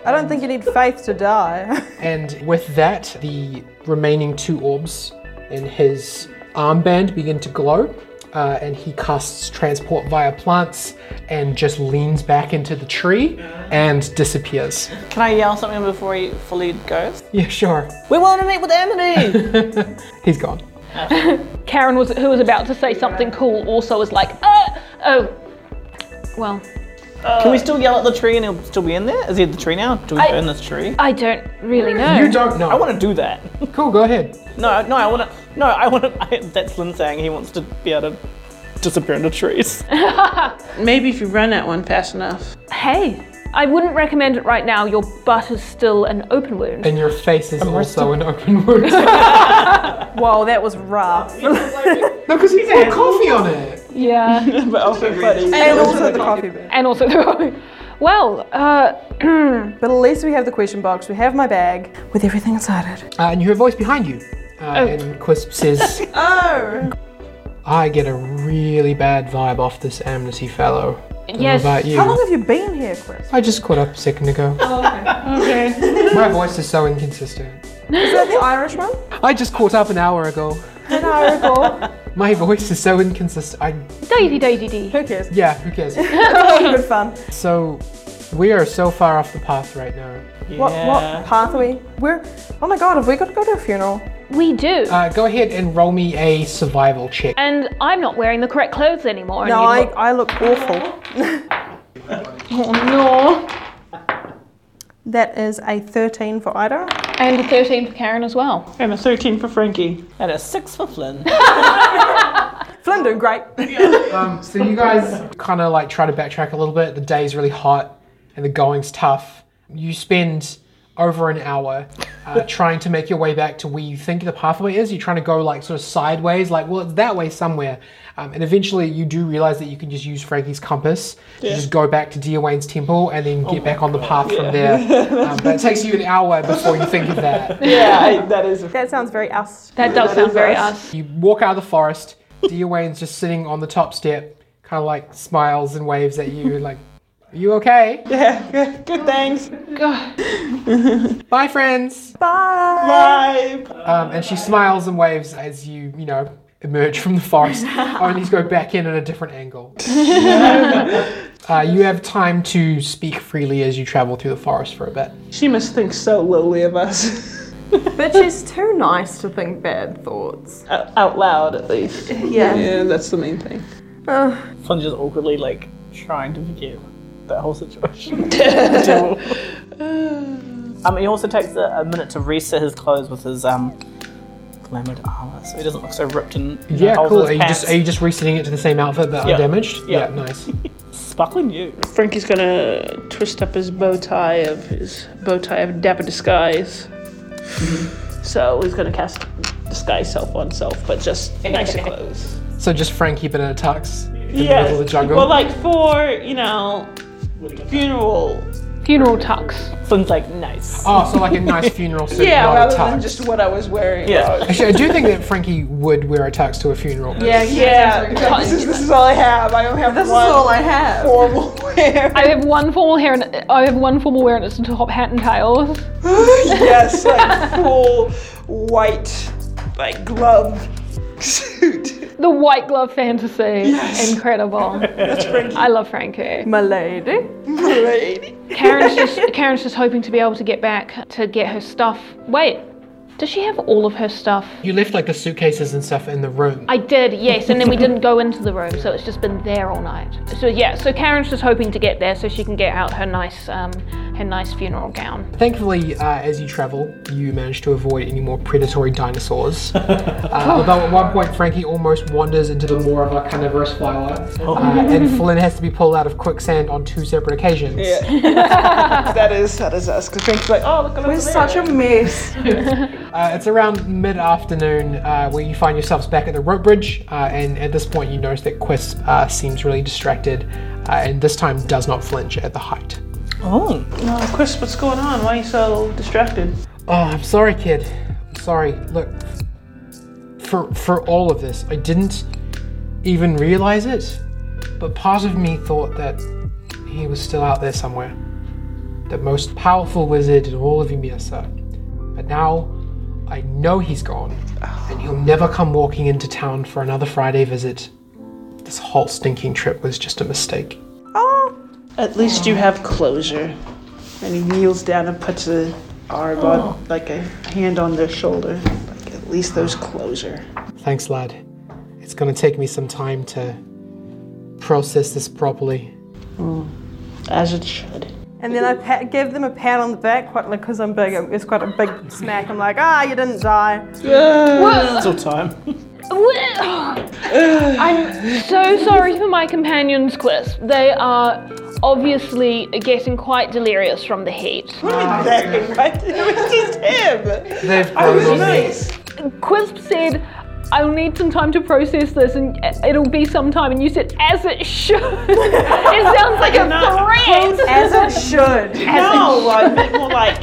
Speaker 3: I don't think you need faith to die.
Speaker 2: And with that, the remaining two orbs in his armband begin to glow. Uh, and he casts transport via plants and just leans back into the tree and disappears.
Speaker 6: Can I yell something before he fully goes?
Speaker 2: Yeah, sure.
Speaker 6: We want to meet with Amity.
Speaker 2: He's gone.
Speaker 5: Karen was, who was about to say something cool, also was like, uh, oh, well,
Speaker 6: Can we still yell at the tree and he'll still be in there? Is he at the tree now? Do we
Speaker 5: I-
Speaker 6: burn this tree?
Speaker 5: I don't really know.
Speaker 2: You don't know.
Speaker 6: I want to do that.
Speaker 2: Cool, go ahead.
Speaker 6: No, no, I want to. No, I want to. That's Lynn saying he wants to be able to disappear into trees.
Speaker 7: Maybe if you run at one fast enough.
Speaker 5: Hey, I wouldn't recommend it right now. Your butt is still an open wound.
Speaker 2: And your face is also an open wound. no,
Speaker 3: Whoa, that was rough.
Speaker 2: because he poured coffee on it.
Speaker 5: Yeah.
Speaker 6: but also funny.
Speaker 3: and also the coffee bag.
Speaker 5: and also, well, uh,
Speaker 3: But at least we have the question box. We have my bag with everything inside it.
Speaker 2: Uh, and you hear a voice behind you. Uh, And Quisp says,
Speaker 3: Oh.
Speaker 2: I get a really bad vibe off this amnesty fellow. Don't know
Speaker 5: Yes.
Speaker 2: about you.
Speaker 3: How long have you been here, Chris?
Speaker 2: I just caught up a second ago. Oh, okay. My voice is so inconsistent.
Speaker 3: Is that the Irishman?
Speaker 2: I just caught up an hour ago.
Speaker 3: An hour ago.
Speaker 2: My voice is so inconsistent. I
Speaker 5: daisy, daisy, dee.
Speaker 3: Who cares?
Speaker 2: yeah, who cares?
Speaker 3: Good fun.
Speaker 2: so we are so far off the path right now.
Speaker 3: What what path are we? We're oh my god, have we got to go to a funeral?
Speaker 5: We do.
Speaker 2: Uh, go ahead and roll me a survival check.
Speaker 5: and I'm not wearing the correct clothes anymore. and
Speaker 3: No,
Speaker 5: you
Speaker 3: I,
Speaker 5: look-
Speaker 3: I look awful.
Speaker 5: Oh, no.
Speaker 3: That is a 13 for Ida.
Speaker 5: And a 13 for Karen as well.
Speaker 7: And a 13 for Frankie.
Speaker 6: And a six for Flynn.
Speaker 3: Flynn doing great.
Speaker 2: Um, so you guys kind of like try to backtrack a little bit. The day's really hot and the going's tough. You spend over an hour uh, trying to make your way back to where you think the pathway is. You're trying to go like sort of sideways, like well it's that way somewhere. Um, and eventually you do realize that you can just use Frankie's compass. You just go back to Dear Wayne's temple and then get back on the path from there. Um, but it takes you an hour before you think of that.
Speaker 6: yeah, I- that is.
Speaker 3: That sounds very us.
Speaker 5: That does sound very us.
Speaker 2: You walk out of the forest. Dear Wayne's just sitting on the top step, kind of like smiles and waves at you, like, "Are you okay?
Speaker 6: Yeah, good thanks.
Speaker 2: Bye, friends."
Speaker 3: Bye.
Speaker 6: Bye.
Speaker 2: Um, and she smiles and waves as you, you know, emerge from the forest. Only to go back in at a different angle. uh, you have time to speak freely as you travel through the forest for a bit.
Speaker 7: She must think so lowly of us.
Speaker 3: But she's too nice to think bad thoughts.
Speaker 7: out out loud, at least.
Speaker 3: Yeah.
Speaker 7: Yeah, that's the main thing.
Speaker 6: Flynn's just awkwardly like trying to forgive that whole situation. um, he also takes a, a minute to reset his clothes with his um, glamoured armour, so he doesn't look so ripped and you know,
Speaker 2: Yeah,
Speaker 6: holes in
Speaker 2: cool.
Speaker 6: his
Speaker 2: Are you
Speaker 6: pants.
Speaker 2: just are you just resetting it to the same outfit but
Speaker 6: Yeah.
Speaker 2: undamaged?
Speaker 6: Yeah.
Speaker 2: nice.
Speaker 6: sparkling new?
Speaker 7: Frankie's gonna twist up his bow tie of his bow tie of dapper disguise. So he's gonna cast disguise self on self, but just nicer clothes.
Speaker 2: So just Frankie but in a tux in the middle of the
Speaker 7: Yes.
Speaker 2: jungle.
Speaker 7: Well, like for you know, funeral Funeral tux.
Speaker 6: Flynn's like, nice.
Speaker 2: Oh, so like a nice funeral suit,
Speaker 4: Yeah,
Speaker 2: not
Speaker 4: rather
Speaker 2: a
Speaker 4: than
Speaker 2: tux.
Speaker 4: just what I was wearing.
Speaker 6: Yeah.
Speaker 2: Actually, I do think that Frankie would wear a tux to a funeral.
Speaker 4: Yeah, yeah. This is, this is all I have. I don't have this one is all I have. Formal wear.
Speaker 7: I have one formal hair and I have one formal wear and it's a top hat and tails.
Speaker 4: yes, like full white, like glove suit.
Speaker 7: The white glove fantasy. Incredible.
Speaker 4: That's Frankie
Speaker 7: I love Frankie.
Speaker 3: My lady.
Speaker 4: Lady.
Speaker 7: Karen's just Karen's just hoping to be able to get back to get her stuff. Wait, does she have all of her stuff?
Speaker 2: You left like the suitcases and stuff in the room.
Speaker 7: I did, yes, and then we didn't go into the room, so it's just been there all night. So yeah, so Karen's just hoping to get there so she can get out her nice um her nice funeral gown.
Speaker 2: Thankfully, uh, as you travel, you manage to avoid any more predatory dinosaurs. uh, although at one point, Frankie almost wanders into the more of a carnivorous flower, uh, and Flynn has to be pulled out of quicksand on two separate occasions.
Speaker 4: That is that is us. Because Frankie's like, oh, look at
Speaker 3: We're such a mess.
Speaker 2: Uh, it's around mid afternoon uh, where you find yourselves back at the rope bridge, uh, and at this point, you notice that Quisp uh, seems really distracted, uh, and this time does not flinch at the height.
Speaker 6: Oh.
Speaker 4: Oh, Chris, what's going on? Why are you so distracted?
Speaker 2: Oh, I'm sorry, kid. I'm sorry. Look, for for all of this, I didn't even realize it, but part of me thought that he was still out there somewhere, the most powerful wizard in all of Ymir-Sa. But now, I know he's gone, and he'll never come walking into town for another Friday visit. This whole stinking trip was just a mistake.
Speaker 3: Oh,
Speaker 4: At least you have closure. And he kneels down and puts a arm on, like a hand on their shoulder. Like at least there's closure.
Speaker 2: Thanks, lad. It's gonna take me some time to process this properly.
Speaker 4: As it should.
Speaker 3: and then I pat, give them a pat on the back, quite like because I'm big. It's quite a big smack. I'm like, ah, you didn't die.
Speaker 6: Still time.
Speaker 7: I'm so sorry for my companions, Chris. They are obviously getting quite delirious from the heat.
Speaker 4: Exactly, right? It was just him.
Speaker 2: They've
Speaker 4: I was
Speaker 2: grown on me.
Speaker 4: nice.
Speaker 7: Quisp said, I'll need some time to process this and uh, it'll be some time. And you said, as it should. it sounds like a threat.
Speaker 3: As it should.
Speaker 4: No, I meant more like,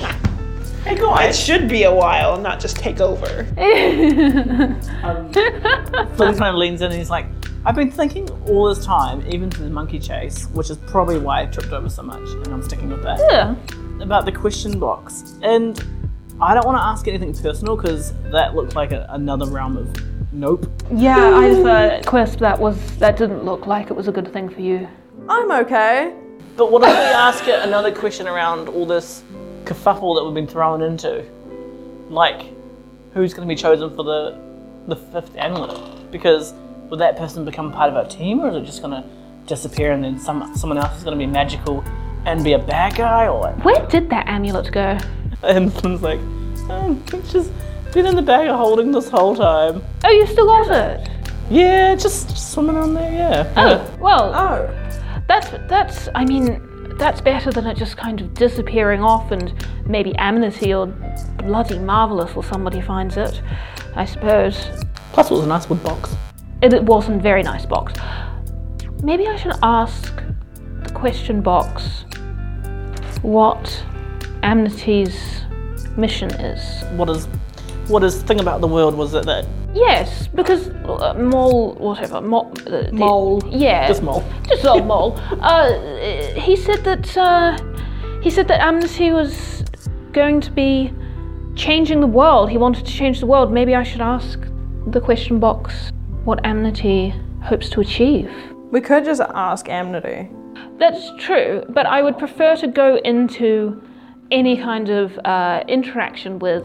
Speaker 4: hey, go on. It should be a while, not just take over.
Speaker 6: Flynn kind of leans in and he's like, I've been thinking all this time, even for the monkey chase, which is probably why I tripped over so much, and I'm sticking with that.
Speaker 7: Yeah.
Speaker 6: about the question box, and I don't want to ask anything personal because that looked like a, another realm of nope.
Speaker 7: Yeah, I thought Quisp, that was that didn't look like it was a good thing for you.
Speaker 3: I'm okay.
Speaker 6: But what if we ask it another question around all this kerfuffle that we've been thrown into? Like, who's going to be chosen for the the fifth amulet? Because will that person become part of our team, or is it just going to disappear and then some someone else is going to be magical and be a bad guy, or like?
Speaker 7: Where did that amulet go?
Speaker 6: And someone's like, oh, it's just been in the bag of holding this whole time.
Speaker 7: Oh, you still got it.
Speaker 6: Yeah, just, just swimming on there, yeah.
Speaker 7: Oh, well,
Speaker 3: Oh,
Speaker 7: That's that's. I mean, that's better than it just kind of disappearing off and maybe Amnesty or bloody Marvelous or somebody finds it. I suppose
Speaker 6: Plus, it was a nice wood box.
Speaker 7: it, it wasn't a very nice box. Maybe I should ask the question box what Amnesty's mission is.
Speaker 6: What is, what is thing about the world was that that
Speaker 7: Yes, because uh, mole whatever mole the, the-
Speaker 6: mole,
Speaker 7: yeah
Speaker 6: just mole.
Speaker 7: just old mole. Uh, he said that uh, he said that Amnesty was going to be changing the world. He wanted to change the world. Maybe I should ask the question box what Amnesty hopes to achieve.
Speaker 3: we could just ask Amnesty.
Speaker 7: That's true, but I would prefer to go into any kind of uh, interaction with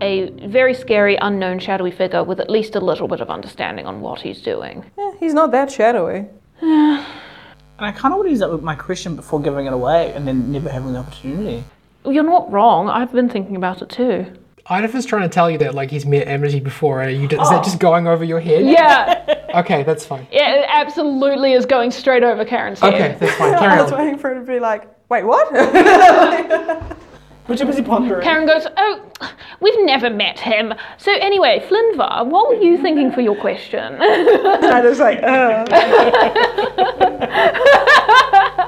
Speaker 7: a very scary, unknown, shadowy figure with at least a little bit of understanding on what he's doing.
Speaker 3: Yeah, he's not that shadowy.
Speaker 6: And I kind of want to use that with my question before giving it away and then never having the opportunity.
Speaker 7: You're not wrong. I've been thinking about it too.
Speaker 2: Idafa's trying to tell you that like he's met Amity before, and you d-
Speaker 4: Oh.
Speaker 2: is that just going over your head?
Speaker 7: Yeah.
Speaker 2: Okay, that's fine.
Speaker 7: Yeah, it absolutely is going straight over Karen's head.
Speaker 2: Okay, that's fine. Carry
Speaker 3: I was
Speaker 2: on.
Speaker 3: waiting for him to be like, wait, what?
Speaker 6: Which busy pondering.
Speaker 7: Karen goes, Oh, we've never met him. So, anyway, Flinvar, what were you thinking for your question?
Speaker 4: I was like, uh.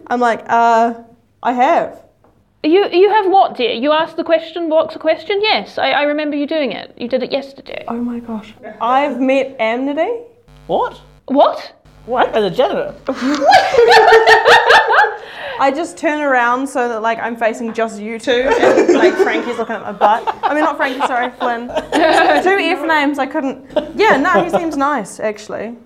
Speaker 3: I'm like, uh, I have.
Speaker 5: You you have what, dear? You asked the question. What's the question? Yes, I, I remember you doing it. You did it yesterday.
Speaker 3: Oh my gosh. I've met Amnesty.
Speaker 6: What?
Speaker 5: What?
Speaker 6: What? As a janitor?
Speaker 3: I just turn around so that like I'm facing just you two, and like Frankie's looking at my butt. I mean, not Frankie, sorry, Flynn. two F names I couldn't. Yeah, no, he seems nice actually.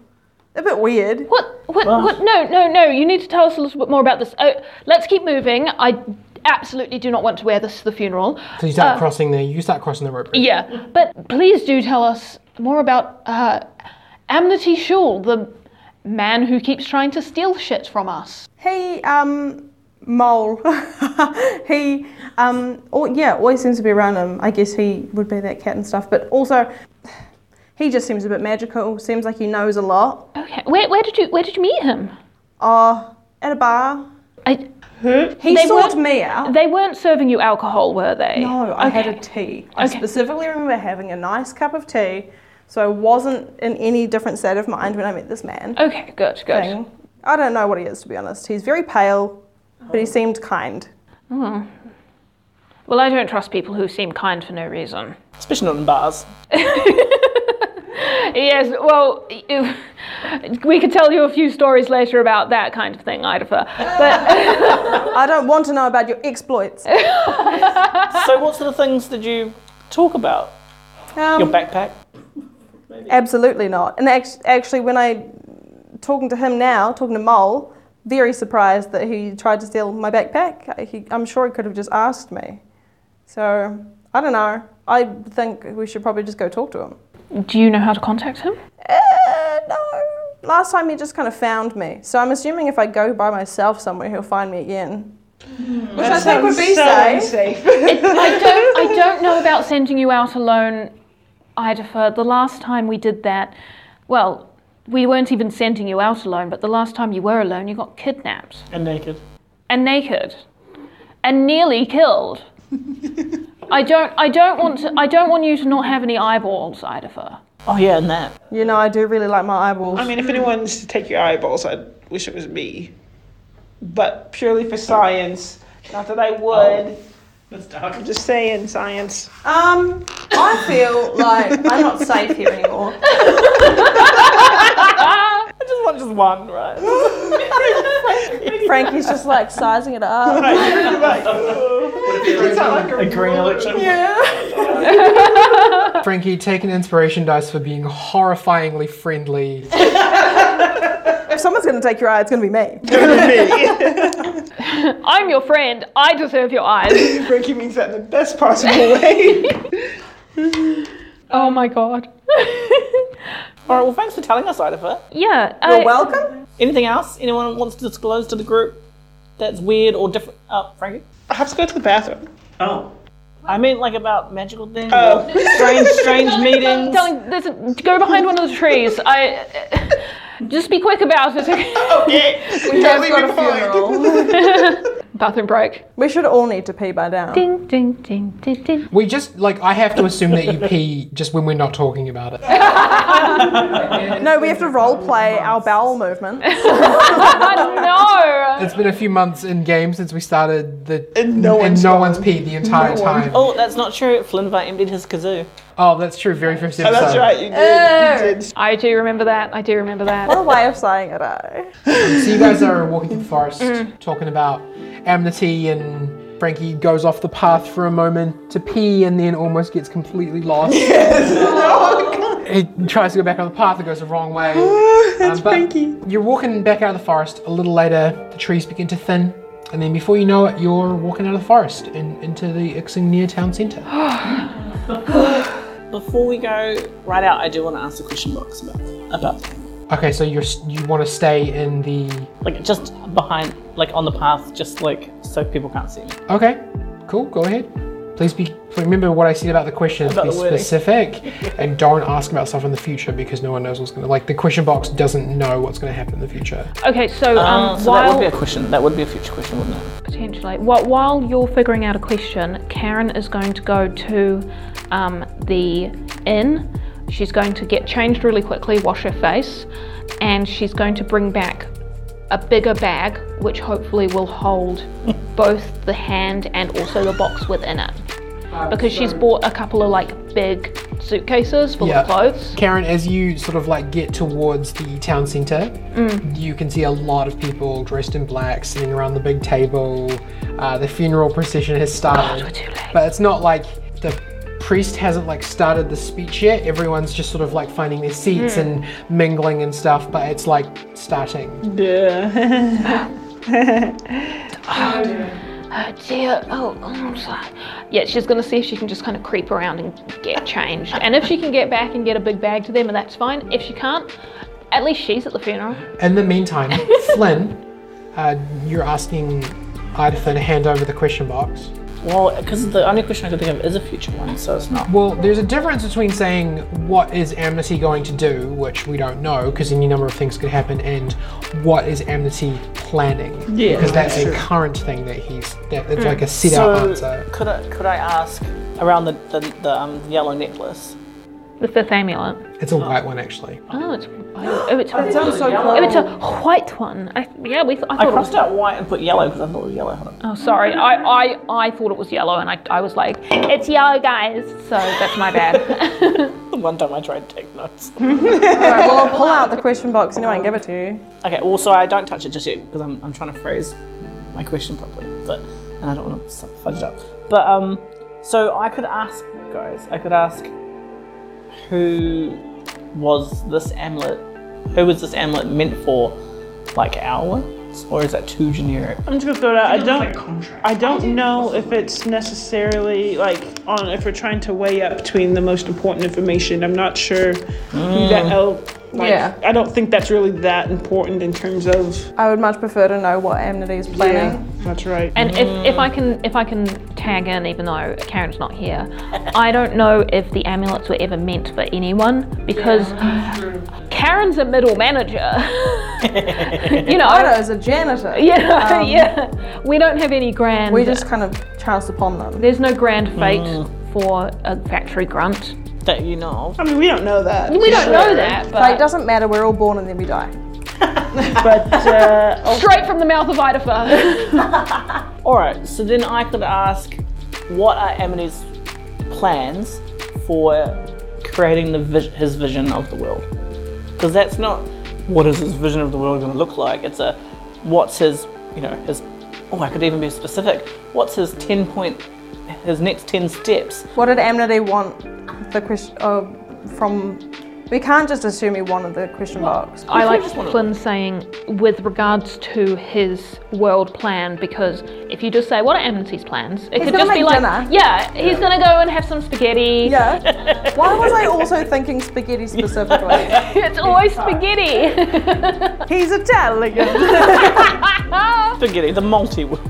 Speaker 3: A bit weird.
Speaker 5: What? What? what? No, no, no. You need to tell us a little bit more about this. Oh, let's keep moving. I absolutely do not want to wear this to the funeral.
Speaker 2: So you
Speaker 4: Uh,
Speaker 2: start crossing the you start crossing the rope. bridge.
Speaker 5: Yeah, but please do tell us more about uh, Amnesty Shul, the man who keeps trying to steal shit from us.
Speaker 3: He um mole. he um oh yeah, always seems to be around him. I guess he would be that cat and stuff, but also he just seems a bit magical. Seems like he knows a lot.
Speaker 5: Okay, where, where did you where did you meet him?
Speaker 3: Uh at a bar.
Speaker 5: I,
Speaker 3: He
Speaker 5: They
Speaker 3: sought
Speaker 5: weren't-
Speaker 3: me out.
Speaker 5: they weren't serving you alcohol, were they?
Speaker 3: No, I had a tea. I
Speaker 5: Okay.
Speaker 3: specifically remember having a nice cup of tea, so I wasn't in any different state of mind when I met this man.
Speaker 5: Okay, good, good.
Speaker 3: Thing. I don't know what he is to be honest. He's very pale, but he seemed kind.
Speaker 5: Well, I don't trust people who seem kind for no reason.
Speaker 6: Especially not in bars.
Speaker 5: Yes, well, you- we could tell you a few stories later about that kind of thing, Idafer. But
Speaker 3: I don't want to know about your exploits.
Speaker 6: so, what sort of things did you talk about? Your
Speaker 3: Um,
Speaker 6: backpack?
Speaker 3: absolutely not. And act- actually, when I talking to him now, talking to Mole, very surprised that he tried to steal my backpack. He, I'm sure he could have just asked me. So I don't know. I think we should probably just go talk to him.
Speaker 5: do you know how to contact him?
Speaker 3: Uh, no. Last time he just kind of found me. So I'm assuming if I go by myself somewhere, he'll find me again. Which I think would be safe.
Speaker 5: I don't, I don't know about sending you out alone, Idafer. The last time we did that, well, we weren't even sending you out alone, but the last time you were alone, you got kidnapped
Speaker 6: And naked.
Speaker 5: and naked and nearly killed. I don't, I don't want to, I don't want you to not have any eyeballs, Idafer.
Speaker 6: Oh, yeah, and that.
Speaker 3: You know, I do really like my eyeballs.
Speaker 4: I mean, if anyone's to take your eyeballs, I wish it was me. But purely for science, not that I would.
Speaker 6: That's dark.
Speaker 4: I'm just saying, science.
Speaker 3: Um, I feel like I'm not safe here anymore.
Speaker 6: I just want just one, right?
Speaker 3: Frankie's just like sizing it up.
Speaker 6: A green election.
Speaker 2: Frankie, take an inspiration dice for being horrifyingly friendly.
Speaker 3: If someone's gonna take your eye, it's gonna be me.
Speaker 5: I'm your friend. I deserve your eyes.
Speaker 4: Frankie means that in the best possible way.
Speaker 5: oh my god.
Speaker 6: All right, well, thanks for telling us, Idafer.
Speaker 5: yeah.
Speaker 3: You're
Speaker 5: I-
Speaker 3: welcome.
Speaker 6: Anything else anyone wants to disclose to the group that's weird or different? Oh, Frankie?
Speaker 4: I have to go to the bathroom.
Speaker 6: Oh. I meant like about magical things.
Speaker 4: Oh.
Speaker 6: or Strange, strange meetings.
Speaker 5: Darling, there's a, go behind one of the trees. I just be quick about it.
Speaker 4: Yeah, we don't leave
Speaker 3: got
Speaker 4: me
Speaker 3: a funeral.
Speaker 4: behind.
Speaker 5: Bathroom break.
Speaker 3: We should all need to pee by now.
Speaker 5: Ding ding ding ding ding.
Speaker 2: We just like I have to assume that you pee just when we're not talking about it.
Speaker 3: No, we have to role play our bowel movement.
Speaker 5: Oh no.
Speaker 2: It's been a few months in game since we started the
Speaker 4: And no one's
Speaker 2: one's peed the entire time. Oh.
Speaker 6: Oh, that's not true. Flinva emptied his kazoo.
Speaker 2: that's true. Very first
Speaker 4: Oh,
Speaker 2: episode.
Speaker 4: that's right, you did. You did.
Speaker 5: I do remember that. I do remember
Speaker 3: What
Speaker 5: that.
Speaker 3: a way of saying it, eh?
Speaker 2: So you guys are walking through the forest, talking about amnesty, and Frankie goes off the path for a moment to pee, and then almost gets completely lost. he tries to go back on the path, it goes the wrong way. That's Frankie. You're walking back out of the forest. A little later, the trees begin to thin, and then before you know it, you're walking out of the forest and into the Ixing town centre.
Speaker 6: Before we go right out, I do want to ask a question box about about
Speaker 2: Okay, so you're s- you want to stay in the
Speaker 6: like just behind, like on the path, just like so people can't see me.
Speaker 2: Okay, cool. Go ahead. Please be remember what I said about the questions.
Speaker 6: About
Speaker 2: be
Speaker 6: the wording.
Speaker 2: specific, and don't ask about stuff in the future because no one knows what's gonna. Like the question box doesn't know what's gonna happen in the future.
Speaker 5: Okay, so um,
Speaker 6: Um, so that
Speaker 5: while
Speaker 6: would be a question. That would be a future question, wouldn't it?
Speaker 5: potentially while, while you're figuring out a question, Karen is going to go to um, the inn. She's going to get changed really quickly, wash her face, and she's going to bring back a bigger bag, which hopefully will hold both the hand and also the box within it. Because she's bought a couple of like big suitcases full of clothes.
Speaker 2: Karen, as you sort of like get towards the town centre, you can see a lot of people dressed in black sitting around the big table. Uh, the funeral procession has started, but it's not like the priest hasn't like started the speech yet. Everyone's just sort of like finding their seats and mingling and stuff, but it's like starting.
Speaker 5: Oh dear, oh, oh, I'm sorry. Yeah, she's gonna see if she can just kind of creep around and get changed. And if she can get back and get a big bag to them, and that's fine. If she can't, at least she's at the funeral.
Speaker 2: In the meantime, Flynn, uh, you're asking Idatha to hand over the question box.
Speaker 6: Well, because the only question I could think of is a future one, so it's not.
Speaker 2: Well, there's a difference between saying what is Amnesty going to do, which we don't know, because any number of things could happen, and what is Amnesty planning.
Speaker 6: Yeah,
Speaker 2: because that's
Speaker 6: that's
Speaker 2: a
Speaker 6: true.
Speaker 2: current thing that he's that it's like a set out
Speaker 6: So
Speaker 2: answer.
Speaker 6: could I could I ask around the the, the um, yellow necklace?
Speaker 5: The fifth amulet.
Speaker 2: It's a white one actually.
Speaker 5: Oh, it's, oh, it's, oh, it's a white one. I, yeah, we. Th- I
Speaker 6: I
Speaker 5: thought it was
Speaker 6: crossed out white and put yellow because I thought it was yellow.
Speaker 5: Oh, sorry. I, I, I thought it was yellow, and I, I was like, it's yellow, guys. So that's my bad.
Speaker 6: The one time I tried to take notes.
Speaker 3: Alright, well, I'll pull out the question box anyway and give it to you.
Speaker 6: Okay, well, so I don't touch it just yet because I'm, I'm trying to phrase my question properly, but and I don't want to fudge it up. But um, so I could ask guys, I could ask who was this amulet? Who was this amulet meant for? Like ours, or is that too generic?
Speaker 4: I'm just gonna throw it out. I don't. I don't know if it's necessarily like on if we're trying to weigh up between the most important information. I'm not sure who that. el- Like,
Speaker 3: Yeah.
Speaker 4: I don't think that's really that important in terms of.
Speaker 3: I would much prefer to know what Amnesty is planning.
Speaker 4: That's right.
Speaker 5: and if, if I can if I can tag in, even though Karen's not here, I don't know if the amulets were ever meant for anyone because Karen's a middle manager. you know.
Speaker 3: Otto is a janitor.
Speaker 5: yeah, yeah. We don't have any grand.
Speaker 3: Um, We just kind of chanced upon them.
Speaker 5: there's no grand fate for a factory grunt.
Speaker 6: That you know,
Speaker 4: I mean, we don't know that.
Speaker 5: We don't know that, but
Speaker 3: Like, it doesn't matter, we're all born and then we die.
Speaker 6: but uh,
Speaker 5: straight from the mouth of Idafa.
Speaker 6: All right, so then I could ask, what are Emily's plans for creating the vis- his vision of the world? Because that's not what is his vision of the world going to look like. It's a what's his, you know, his. Oh, I could even be specific. What's his ten point, his next ten steps?
Speaker 3: What did Amnesty want the question uh, from? We can't just assume he wanted the question box.
Speaker 5: I like
Speaker 6: just wanna-
Speaker 5: Flynn saying with regards to his world plan because if you just say what are Amnesty's plans, it could
Speaker 3: gonna
Speaker 5: just be
Speaker 3: make
Speaker 5: like
Speaker 3: dinner.
Speaker 5: yeah, he's gonna go and have some spaghetti.
Speaker 3: Yeah. Why was I also thinking spaghetti specifically?
Speaker 5: it's always spaghetti.
Speaker 3: He's Italian.
Speaker 6: Spaghetti, the multi world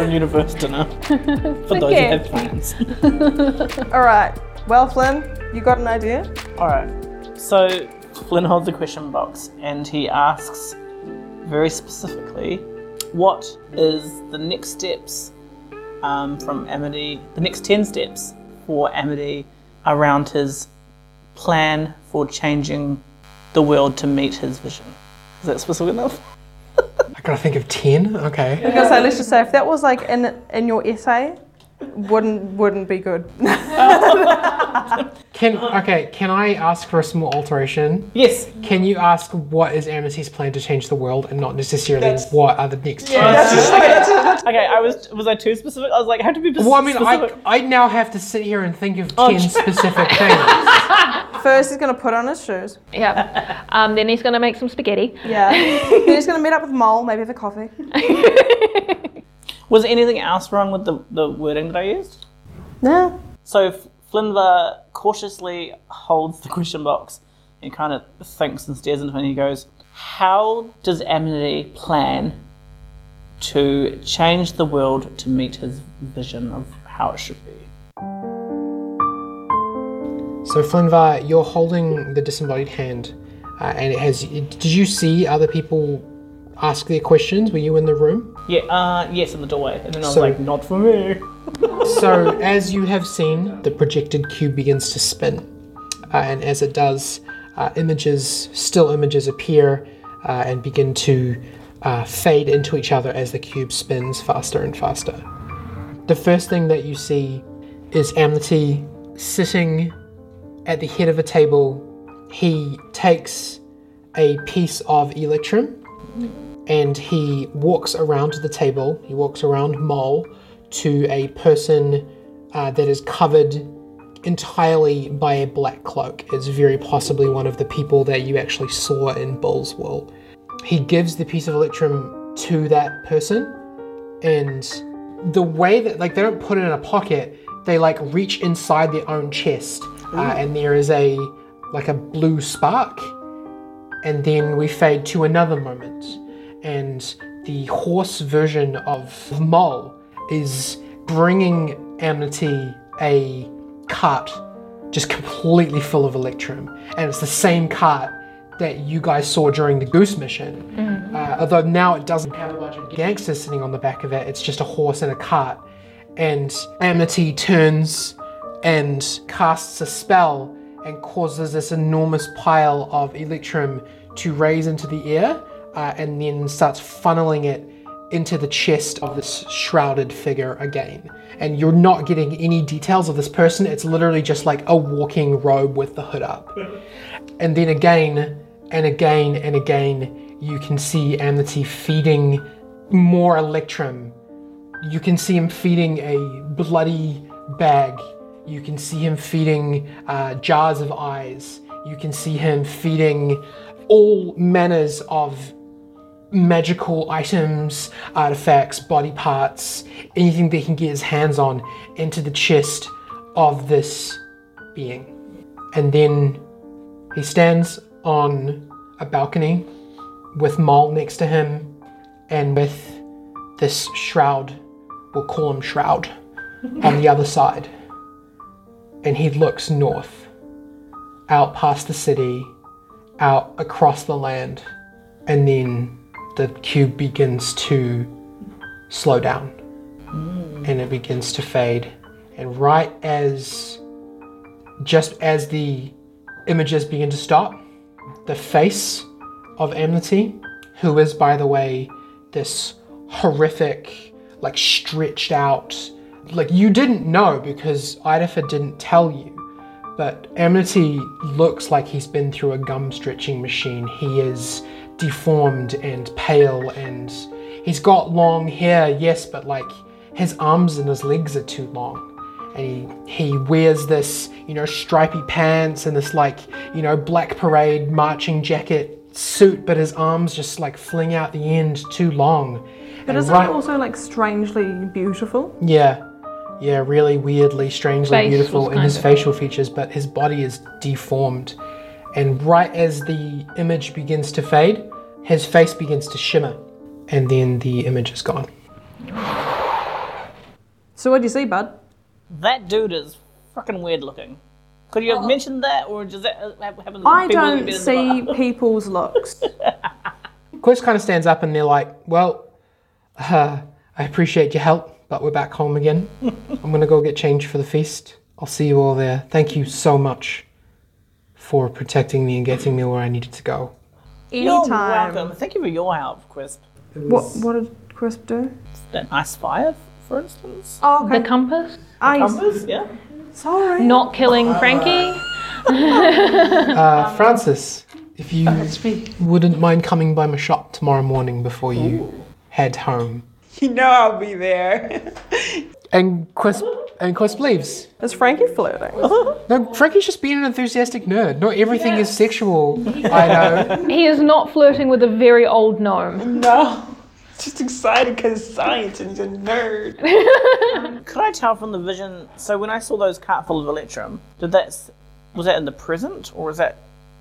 Speaker 6: and universe dinner for those who
Speaker 5: Okay.
Speaker 6: have plans.
Speaker 3: All right. Well, Flynn, you got an idea?
Speaker 6: All right. So Flynn holds the question box and he asks very specifically, "What is the next steps um, from Amity? The next ten steps for Amity around his plan for changing the world to meet his vision? Is that specific enough?
Speaker 2: I gotta think of ten. Okay.
Speaker 3: Because so let's just say if that was like in in your essay, wouldn't wouldn't be good.
Speaker 2: Can okay? Can I ask for a small alteration?
Speaker 6: Yes.
Speaker 2: Can you ask what is Amnesty's plan to change the world, and not necessarily what are the next? Yeah,
Speaker 6: Okay. I was was I too specific? I was like, I have to be specific. Oh,
Speaker 2: well, I mean, I, I now have to sit here and think of ten specific things.
Speaker 3: First, he's gonna put on his shoes.
Speaker 5: yeah. Um, then he's gonna make some spaghetti.
Speaker 3: Yeah. then he's gonna meet up with Mole, maybe have a coffee.
Speaker 6: Was there anything else wrong with the, the wording that I used?
Speaker 3: No.
Speaker 6: So F- Flimver cautiously holds the question box and kind of thinks and stares into it and he goes, How does Amity plan to change the world to meet his vision of how it should be?
Speaker 2: so Flinvar, you're holding the disembodied hand, uh, and it has. It, did you see other people ask their questions? Were you in the room?
Speaker 6: Yeah, uh, yes, in the doorway. And then I was
Speaker 2: So-
Speaker 6: like, Not for me.
Speaker 2: So, as you have seen, the projected cube begins to spin, uh, and as it does, uh, images, still images, appear uh, and begin to uh, fade into each other as the cube spins faster and faster. The first thing that you see is Amity sitting at the head of a table. He takes a piece of electrum and he walks around the table. He walks around Mole to a person uh, that is covered entirely by a black cloak. It's very possibly one of the people that you actually saw in Bull's Wool. He gives the piece of electrum to that person, and the way that like they don't put it in a pocket, they like reach inside their own chest, uh, and there is a like a blue spark and then we fade to another moment, and the horse version of Mole is bringing Amity a cart just completely full of Electrum, and it's the same cart that you guys saw during the Goose mission. Uh, although now it doesn't have a bunch of gangsters sitting on the back of it, it's just a horse and a cart. And Amity turns and casts a spell and causes this enormous pile of electrum to raise into the air uh, and then starts funneling it into the chest of this shrouded figure again. And you're not getting any details of this person, it's literally just like a walking robe with the hood up. And then again and again and again, you can see Amity feeding more electrum you can see him feeding a bloody bag. You can see him feeding uh, jars of eyes. You can see him feeding all manners of magical items, artifacts, body parts, anything that he can get his hands on into the chest of this being. And then he stands on a balcony with Maul next to him and with this shroud, we'll call him Shroud, on the other side. And he looks north, out past the city, out across the land, and then the cube begins to slow down. And it begins to fade. And right as, just as the images begin to stop, the face of Amity, who is, by the way, this horrific, like stretched out. Like you didn't know because Idafa didn't tell you, but Amity looks like he's been through a gum stretching machine. He is deformed and pale, and he's got long hair, yes, but like his arms and his legs are too long. And he, he wears this, you know, stripy pants and this like, you know, black parade marching jacket suit, but his arms just like fling out the end too long.
Speaker 3: But
Speaker 2: And
Speaker 3: isn't
Speaker 2: right-
Speaker 3: it also like strangely beautiful?
Speaker 2: yeah. Yeah, really weirdly, strangely
Speaker 5: Face was
Speaker 2: beautiful in
Speaker 5: kind
Speaker 2: his
Speaker 5: of-
Speaker 2: facial features, but his body is deformed. And right as the image begins to fade, his face begins to shimmer. And then the image is gone.
Speaker 3: So what do you see, bud?
Speaker 6: That dude is fucking weird looking. Could you have mentioned that, or does that uh, have- happen? to
Speaker 3: I
Speaker 6: people who've
Speaker 3: don't
Speaker 6: been in the
Speaker 3: see
Speaker 6: bar?
Speaker 3: people's looks.
Speaker 2: Quest kind of stands up and they're like, Well, uh, I appreciate your help, but we're back home again. I'm going to go get changed for the feast. I'll see you all there. Thank you so much for protecting me and getting me where I needed to go.
Speaker 6: You're
Speaker 3: Anytime.
Speaker 6: welcome. Thank you for your help, Crisp.
Speaker 3: What what did Crisp do?
Speaker 6: That nice fire, for instance.
Speaker 3: Oh,
Speaker 5: The
Speaker 3: okay.
Speaker 5: compass?
Speaker 3: I-
Speaker 6: Compass, yeah.
Speaker 3: sorry.
Speaker 5: Not killing Frankie?
Speaker 2: Uh, Francis, if you
Speaker 8: Oh,
Speaker 2: wouldn't mind coming by my shop tomorrow morning before you head home.
Speaker 8: You know I'll be there.
Speaker 2: And Quisp and Quisp leaves.
Speaker 3: Is Frankie flirting?
Speaker 2: No, Frankie's just being an enthusiastic nerd. Not everything is sexual. I know.
Speaker 5: He is not flirting with a very old gnome.
Speaker 8: no. Just excited because science and he's a nerd.
Speaker 6: Could I tell from the vision? So when I saw those cart full of electrum, did that s- was that in the present, or is that,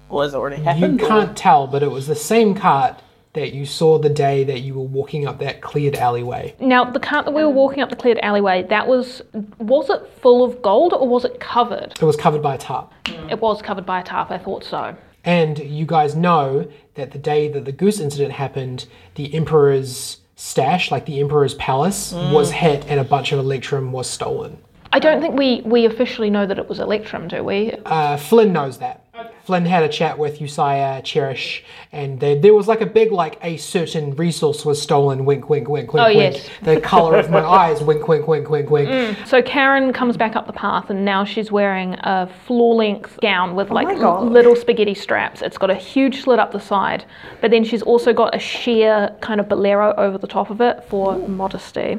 Speaker 6: or has it already
Speaker 2: You
Speaker 6: happened? or-
Speaker 2: can't tell, but it was the same cart that you saw the day that you were walking up that cleared alleyway.
Speaker 5: Now, the cart that we were walking up the cleared alleyway, that was, was it full of gold or was it covered?
Speaker 2: It was covered by a tarp.
Speaker 5: It was covered by a tarp, I thought so.
Speaker 2: And you guys know that the day that the goose incident happened, the emperor's stash, like the emperor's palace,
Speaker 5: Mm.
Speaker 2: was hit and a bunch of electrum was stolen.
Speaker 5: I don't think we, we officially know that it was Electrum, do we?
Speaker 2: Uh, Flynn knows that. Flynn had a chat with Usaya Cherish, and there, there was like a big like a certain resource was stolen. Wink, wink, wink, wink,
Speaker 5: Oh,
Speaker 2: wink.
Speaker 5: yes. Mm.
Speaker 2: The color of my eyes. Wink, wink, wink, wink, wink.
Speaker 5: So Karen comes back up the path, and now she's wearing a floor-length gown with like
Speaker 3: Oh my God.
Speaker 5: little spaghetti straps. It's got a huge slit up the side, but then she's also got a sheer kind of bolero over the top of it for modesty,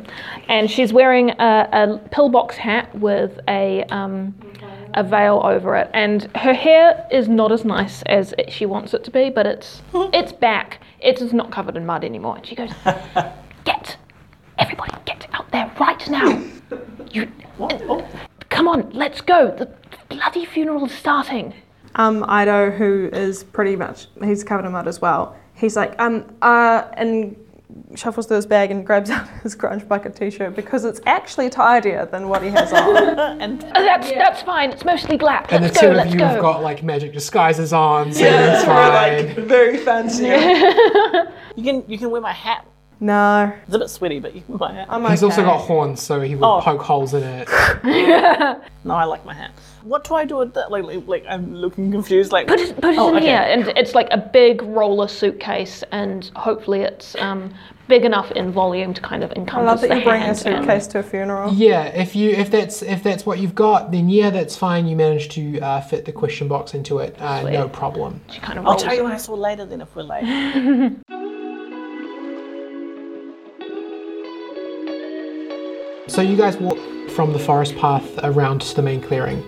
Speaker 5: and she's wearing Uh, a, a pillbox hat with a. Um, a veil over it, and her hair is not as nice as it- she wants it to be, but it's it's back. It is not covered in mud anymore. And she goes, "Get everybody, get out there right now! You, uh, Come on, let's go. The bloody funeral is starting.
Speaker 3: um, Ido, who is pretty much he's covered in mud as well. He's like, um, uh, and shuffles through his bag and grabs out his grunge bucket t-shirt because it's actually tidier than what he has on.
Speaker 5: Oh, that's that's fine. It's mostly black.
Speaker 2: And the
Speaker 5: let's
Speaker 2: two
Speaker 5: go.
Speaker 2: of
Speaker 5: Let's
Speaker 2: you
Speaker 5: go.
Speaker 2: have got like magic disguises on, so
Speaker 8: We're
Speaker 2: it's fine.
Speaker 8: like very fancy.
Speaker 6: You can you can wear my hat.
Speaker 3: no,
Speaker 6: It's a bit sweaty, but you can wear my hat.
Speaker 3: I'm
Speaker 2: He's also
Speaker 3: okay.
Speaker 2: got horns, so he would
Speaker 6: Oh.
Speaker 2: poke holes in it.
Speaker 6: No, I like my hat. What do I do with that? Like, like, like I'm looking confused. Like,
Speaker 5: Put it, put it
Speaker 6: Oh,
Speaker 5: in
Speaker 6: okay.
Speaker 5: here, and it's like a big roller suitcase, and hopefully it's um, big enough in volume to kind of encompass
Speaker 3: I love that
Speaker 5: the
Speaker 3: you bring a
Speaker 5: hand and-
Speaker 3: suitcase to a funeral.
Speaker 2: Yeah, if you if that's if that's what you've got, then yeah, that's fine. You managed to uh, fit the question box into it, uh, no problem.
Speaker 5: She kind of
Speaker 6: I'll
Speaker 5: rolls
Speaker 6: tell
Speaker 5: it.
Speaker 6: you when I saw later. Then if we're late.
Speaker 2: So you guys walk from the forest path around to the main clearing.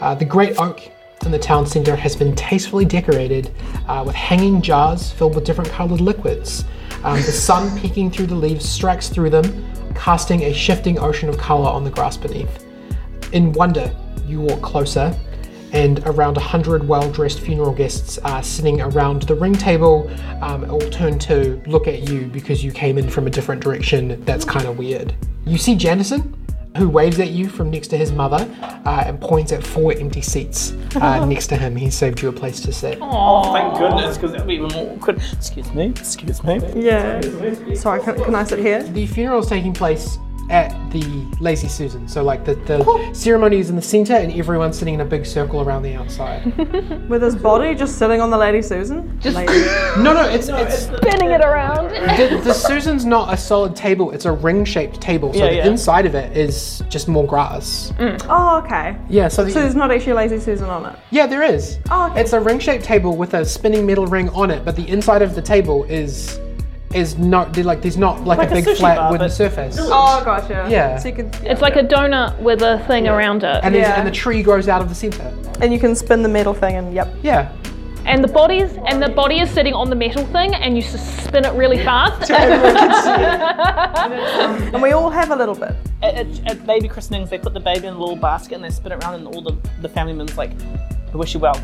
Speaker 2: Uh, the great oak in the town centre has been tastefully decorated uh, with hanging jars filled with different coloured liquids. Um, the sun peeking through the leaves strikes through them, casting a shifting ocean of colour on the grass beneath. In wonder, you walk closer, and around a hundred well-dressed funeral guests are sitting around the ring table. Um, all turn to look at you because you came in from a different direction. That's kind of weird. You see Janison, who waves at you from next to his mother, uh, and points at four empty seats uh, next to him. He saved you a place to sit.
Speaker 6: Oh, Thank goodness, because that'd be even more awkward. Excuse me. Excuse me.
Speaker 3: Yeah. Sorry, can, can I sit here?
Speaker 2: The funeral is taking place at the Lazy Susan. So, like, the, the ceremony is in the center, and everyone's sitting in a big circle around the outside.
Speaker 3: With his body just sitting on the Lady Susan? Just Lady.
Speaker 2: no, no, it's, it's
Speaker 5: spinning it around.
Speaker 2: the, the Susan's not a solid table, it's a ring shaped table. So
Speaker 6: Yeah,
Speaker 2: the
Speaker 6: yeah.
Speaker 2: inside of it is just more grass.
Speaker 3: Oh, okay.
Speaker 2: Yeah, so, the,
Speaker 3: So there's not actually Lazy Susan on it.
Speaker 2: yeah, there is.
Speaker 3: Oh, okay.
Speaker 2: It's a ring shaped table with a spinning metal ring on it, but the inside of the table is is not there- like there's not like,
Speaker 6: Like
Speaker 2: a
Speaker 6: a
Speaker 2: big
Speaker 6: sushi
Speaker 2: flat
Speaker 6: bar,
Speaker 2: wooden
Speaker 6: but-
Speaker 2: surface.
Speaker 3: Oh, gotcha.
Speaker 2: Yeah.
Speaker 3: So you can,
Speaker 5: It's like a donut with a thing around it,
Speaker 2: And, there's
Speaker 3: Yeah.
Speaker 2: and the tree grows out of the center.
Speaker 3: and you can spin the metal thing, and yep.
Speaker 2: Yeah.
Speaker 5: and the body's and the body is sitting on the metal thing, and you s- spin it really fast.
Speaker 3: And we all have a little bit.
Speaker 6: At, at, at baby christenings, they put the baby in a little basket and they spin it around, and all the, the family members like, I wish you well.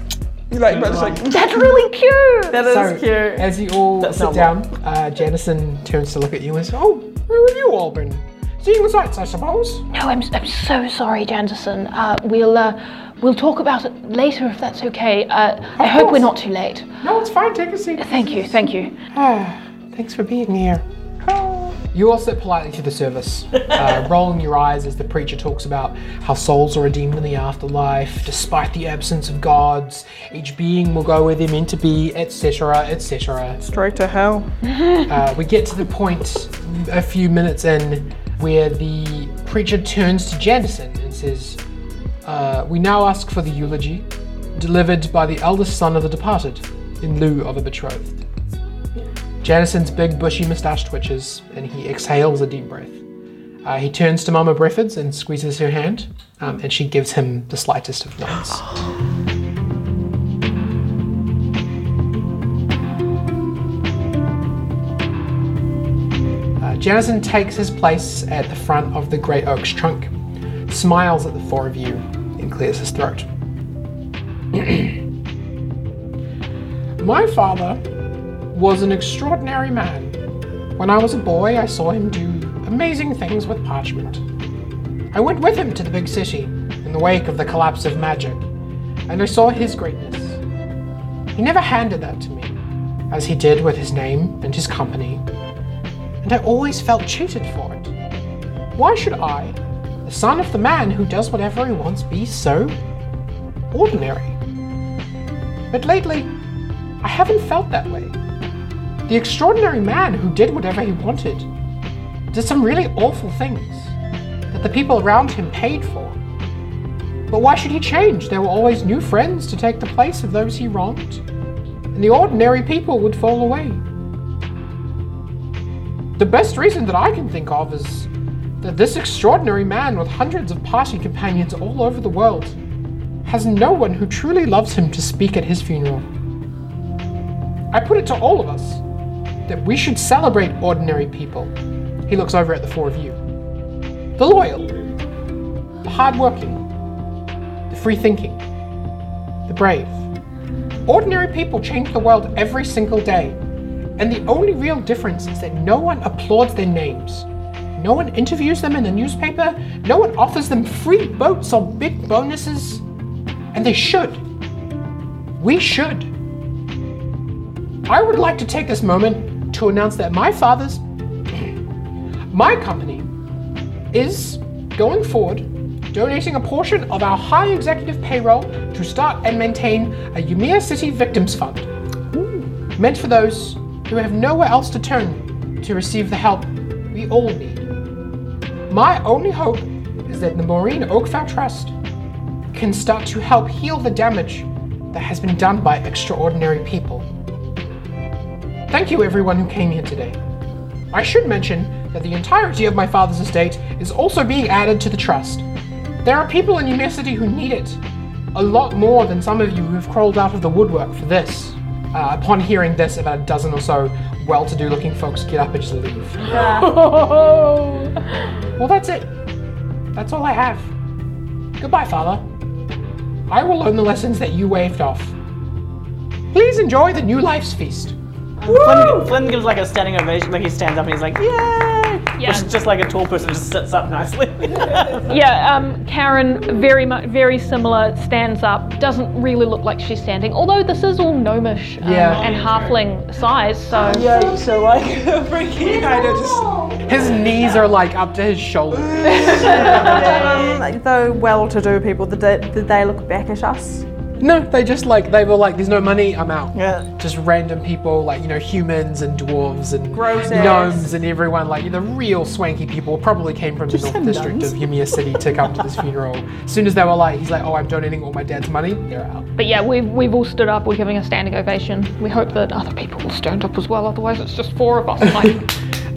Speaker 8: You like, but it's like,
Speaker 5: That's really cute.
Speaker 3: That is
Speaker 2: So,
Speaker 3: cute.
Speaker 2: As you all
Speaker 6: That's
Speaker 2: sit
Speaker 6: not
Speaker 2: down, uh, Janison turns to look at you and says, "Oh, where have you all been? Seeing the sights, I suppose."
Speaker 5: No, I'm, I'm so sorry, Janderson. Uh, we'll uh, we'll talk about it later if that's okay. Uh, I hope we're not too late.
Speaker 2: No, it's fine. Take a seat.
Speaker 5: Thank you, thank you.
Speaker 2: Ah, thanks for being here. You all sit politely through the service, uh, rolling your eyes as the preacher talks about how souls are redeemed in the afterlife, despite the absence of gods, each being will go where they're meant to be, etc., etc.
Speaker 3: Straight to hell.
Speaker 2: Uh, we get to the point a few minutes in where the preacher turns to Janison and says, uh, We now ask for the eulogy delivered by the eldest son of the departed in lieu of a betrothed. Janison's big bushy moustache twitches and he exhales a deep breath. Uh, he turns to Mama Breford's and squeezes her hand, um, and she gives him the slightest of nods. Uh, Janison takes his place at the front of the great oak's trunk, smiles at the four of you, and clears his throat. My father was an extraordinary man. When I was a boy, I saw him do amazing things with parchment. I went with him to the big city in the wake of the collapse of magic, and I saw his greatness. He never handed that to me, as he did with his name and his company and I always felt cheated for it. Why should I, the son of the man who does whatever he wants, be so ordinary? But lately, I haven't felt that way. The extraordinary man who did whatever he wanted did some really awful things that the people around him paid for. But why should he change? There were always new friends to take the place of those he wronged, and the ordinary people would fall away. The best reason that I can think of is that this extraordinary man with hundreds of party companions all over the world has no one who truly loves him to speak at his funeral. I put it to all of us that we should celebrate ordinary people. He looks over at the four of you. The loyal, the hardworking, the free thinking, the brave. Ordinary people change the world every single day, and the only real difference is that no one applauds their names. No one interviews them in the newspaper, no one offers them free boats or big bonuses, and they should. We should. I would like to take this moment to announce that my father's, my company, is going forward donating a portion of our high executive payroll to start and maintain a Umea City Victims Fund, meant for those who have nowhere else to turn to receive the help we all need. My only hope is that the Maureen Oakvale Trust can start to help heal the damage that has been done by extraordinary people. Thank you, everyone who came here today. I should mention that the entirety of my father's estate is also being added to the trust. There are people in Umea City who need it a lot more than some of you who have crawled out of the woodwork for this. Uh, upon hearing this, about a dozen or so well to do looking folks get up and just leave. well, that's it. That's all I have. Goodbye, Father. I will learn the lessons that you waved off. Please enjoy the new life's feast.
Speaker 6: Flynn, Flynn gives like a standing ovation, like he stands up and he's like, yay!
Speaker 5: Yeah.
Speaker 6: Which is just like a tall person just sits up nicely.
Speaker 5: Yeah, um, Karen very much very similar. Stands up, doesn't really look like she's standing. Although this is all gnomish um,
Speaker 2: Yeah.
Speaker 5: and halfling size, so
Speaker 8: Yeah, so like freaking Ida just
Speaker 2: His knees are like up to his shoulders.
Speaker 3: Um, though well-to-do people, did they, did they look back at us?
Speaker 2: No, they just like they were like, "There's no money, I'm out."
Speaker 6: yeah.
Speaker 2: Just random people like you know humans and dwarves and
Speaker 3: Gross ass.
Speaker 2: gnomes and everyone like the real swanky people probably came from the north district of Humia City to come to this funeral. As soon as they were like, he's like, "Oh, I'm donating all my dad's money," they're out.
Speaker 5: But yeah, we've, we've all stood up, we're giving a standing ovation. We hope that other people will stand up as well, otherwise, it's just four of us. Like,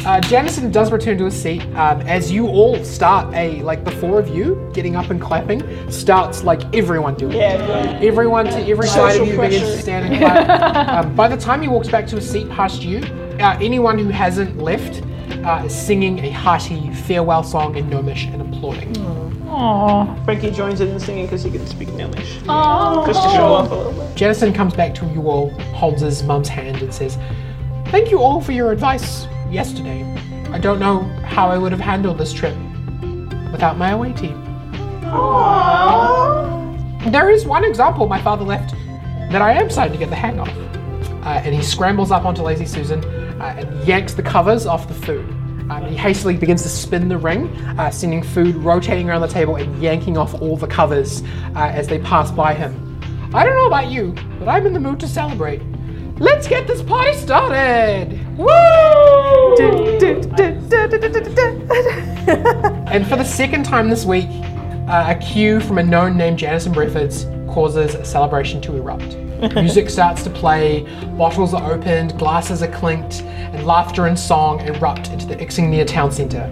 Speaker 2: Uh, Jamison does return to his seat um, as you all start a like the four of you getting up and clapping starts like everyone doing it. Everyone to every side of you begins to stand and clap. um, by the time he walks back to his seat past you, uh, anyone who hasn't left uh, is singing a hearty farewell song in Gnomish and applauding.
Speaker 8: Frankie joins in and singing because he can speak Nelish. Oh, just to show off a little bit.
Speaker 2: Jennison comes back to you all, holds his mum's hand, and says, Thank you all for your advice yesterday. I don't know how I would have handled this trip without my away team. There is one example my father left that I am starting to get the hang of. Uh, and he scrambles up onto Lazy Susan uh, and yanks the covers off the food. Um, he hastily begins to spin the ring, uh, sending food rotating around the table and yanking off all the covers uh, as they pass by him. I don't know about you, but I'm in the mood to celebrate. Let's get this party started! Woo! And for the second time this week, uh, a cue from a known named Janison Breffords causes a celebration to erupt. Music starts to play, bottles are opened, glasses are clinked, and laughter and song erupt into the Ixingnia town centre.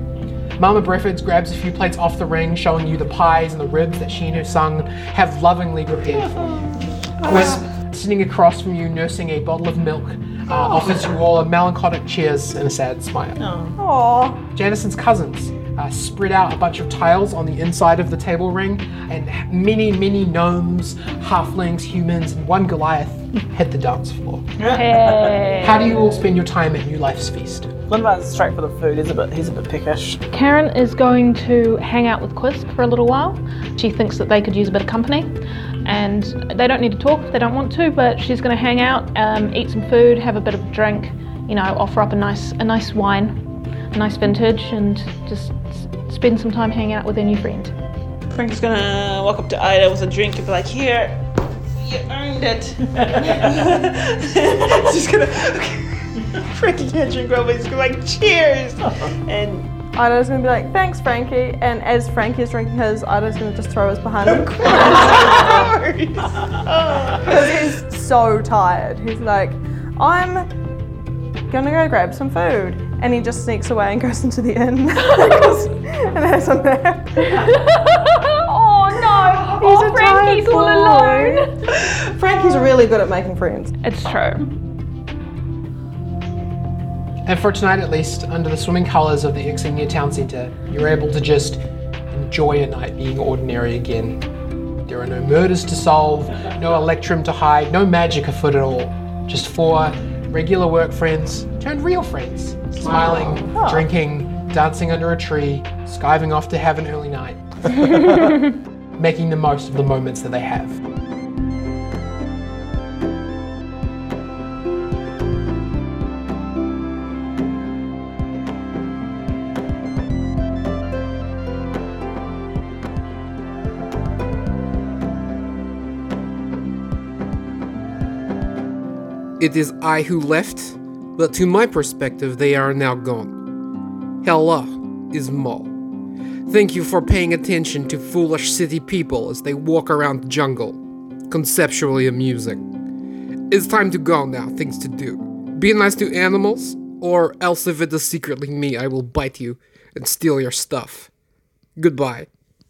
Speaker 2: Mama Breffords grabs a few plates off the ring, showing you the pies and the ribs that she and her son have lovingly prepared for you. Quinn, sitting across from you, nursing a bottle of milk, uh, offers you all a melancholic cheers and a sad smile.
Speaker 3: Aw,
Speaker 2: Janison's cousins uh, spread out a bunch of tiles on the inside of the table ring, and many, many gnomes, halflings, humans, and one Goliath hit the dance floor. How do you all spend your time at New Life's Feast?
Speaker 6: Flynn runs straight for the food. He's a bit, he's a bit peckish.
Speaker 5: Karen is going to hang out with Quisp for a little while. She thinks that they could use a bit of company, and they don't need to talk if they don't want to. But she's going to hang out, um, eat some food, have a bit of a drink, you know, offer up a nice a nice wine, a nice vintage, and just s- spend some time hanging out with her new friend.
Speaker 8: Frankie's gonna walk up to Ida with a drink and be like, "Here,
Speaker 4: You earned it. it's just gonna. Frankie can't drink well, but he's gonna like, cheers! And
Speaker 3: Ida's gonna be like, thanks, Frankie. And as Frankie is drinking his, Ida's gonna just throw his behind him. Because he's so tired. He's like, I'm gonna go grab some food. And he just sneaks away and goes into the inn. and has a nap.
Speaker 5: oh no!
Speaker 3: He's
Speaker 5: oh,
Speaker 3: a
Speaker 5: Frankie's
Speaker 3: giant
Speaker 5: all
Speaker 3: boy.
Speaker 5: alone.
Speaker 3: Frankie's really good at making friends.
Speaker 5: It's true.
Speaker 2: And for tonight, at least, under the swimming colours of the Ixenia Town Centre, you're able to just enjoy a night being ordinary again. There are no murders to solve, no electrum to hide, no magic afoot at all. Just four regular work friends turned real friends, smiling, drinking, dancing under a tree, skiving off to have an early night, making the most of the moments that they have.
Speaker 9: It is I who left, but to my perspective, they are now gone. Hella is Maul. Thank you for paying attention to foolish city people as they walk around jungle. Conceptually amusing. It's time to go now, things to do. Be nice to animals, or else if it is secretly me, I will bite you and steal your stuff. Goodbye.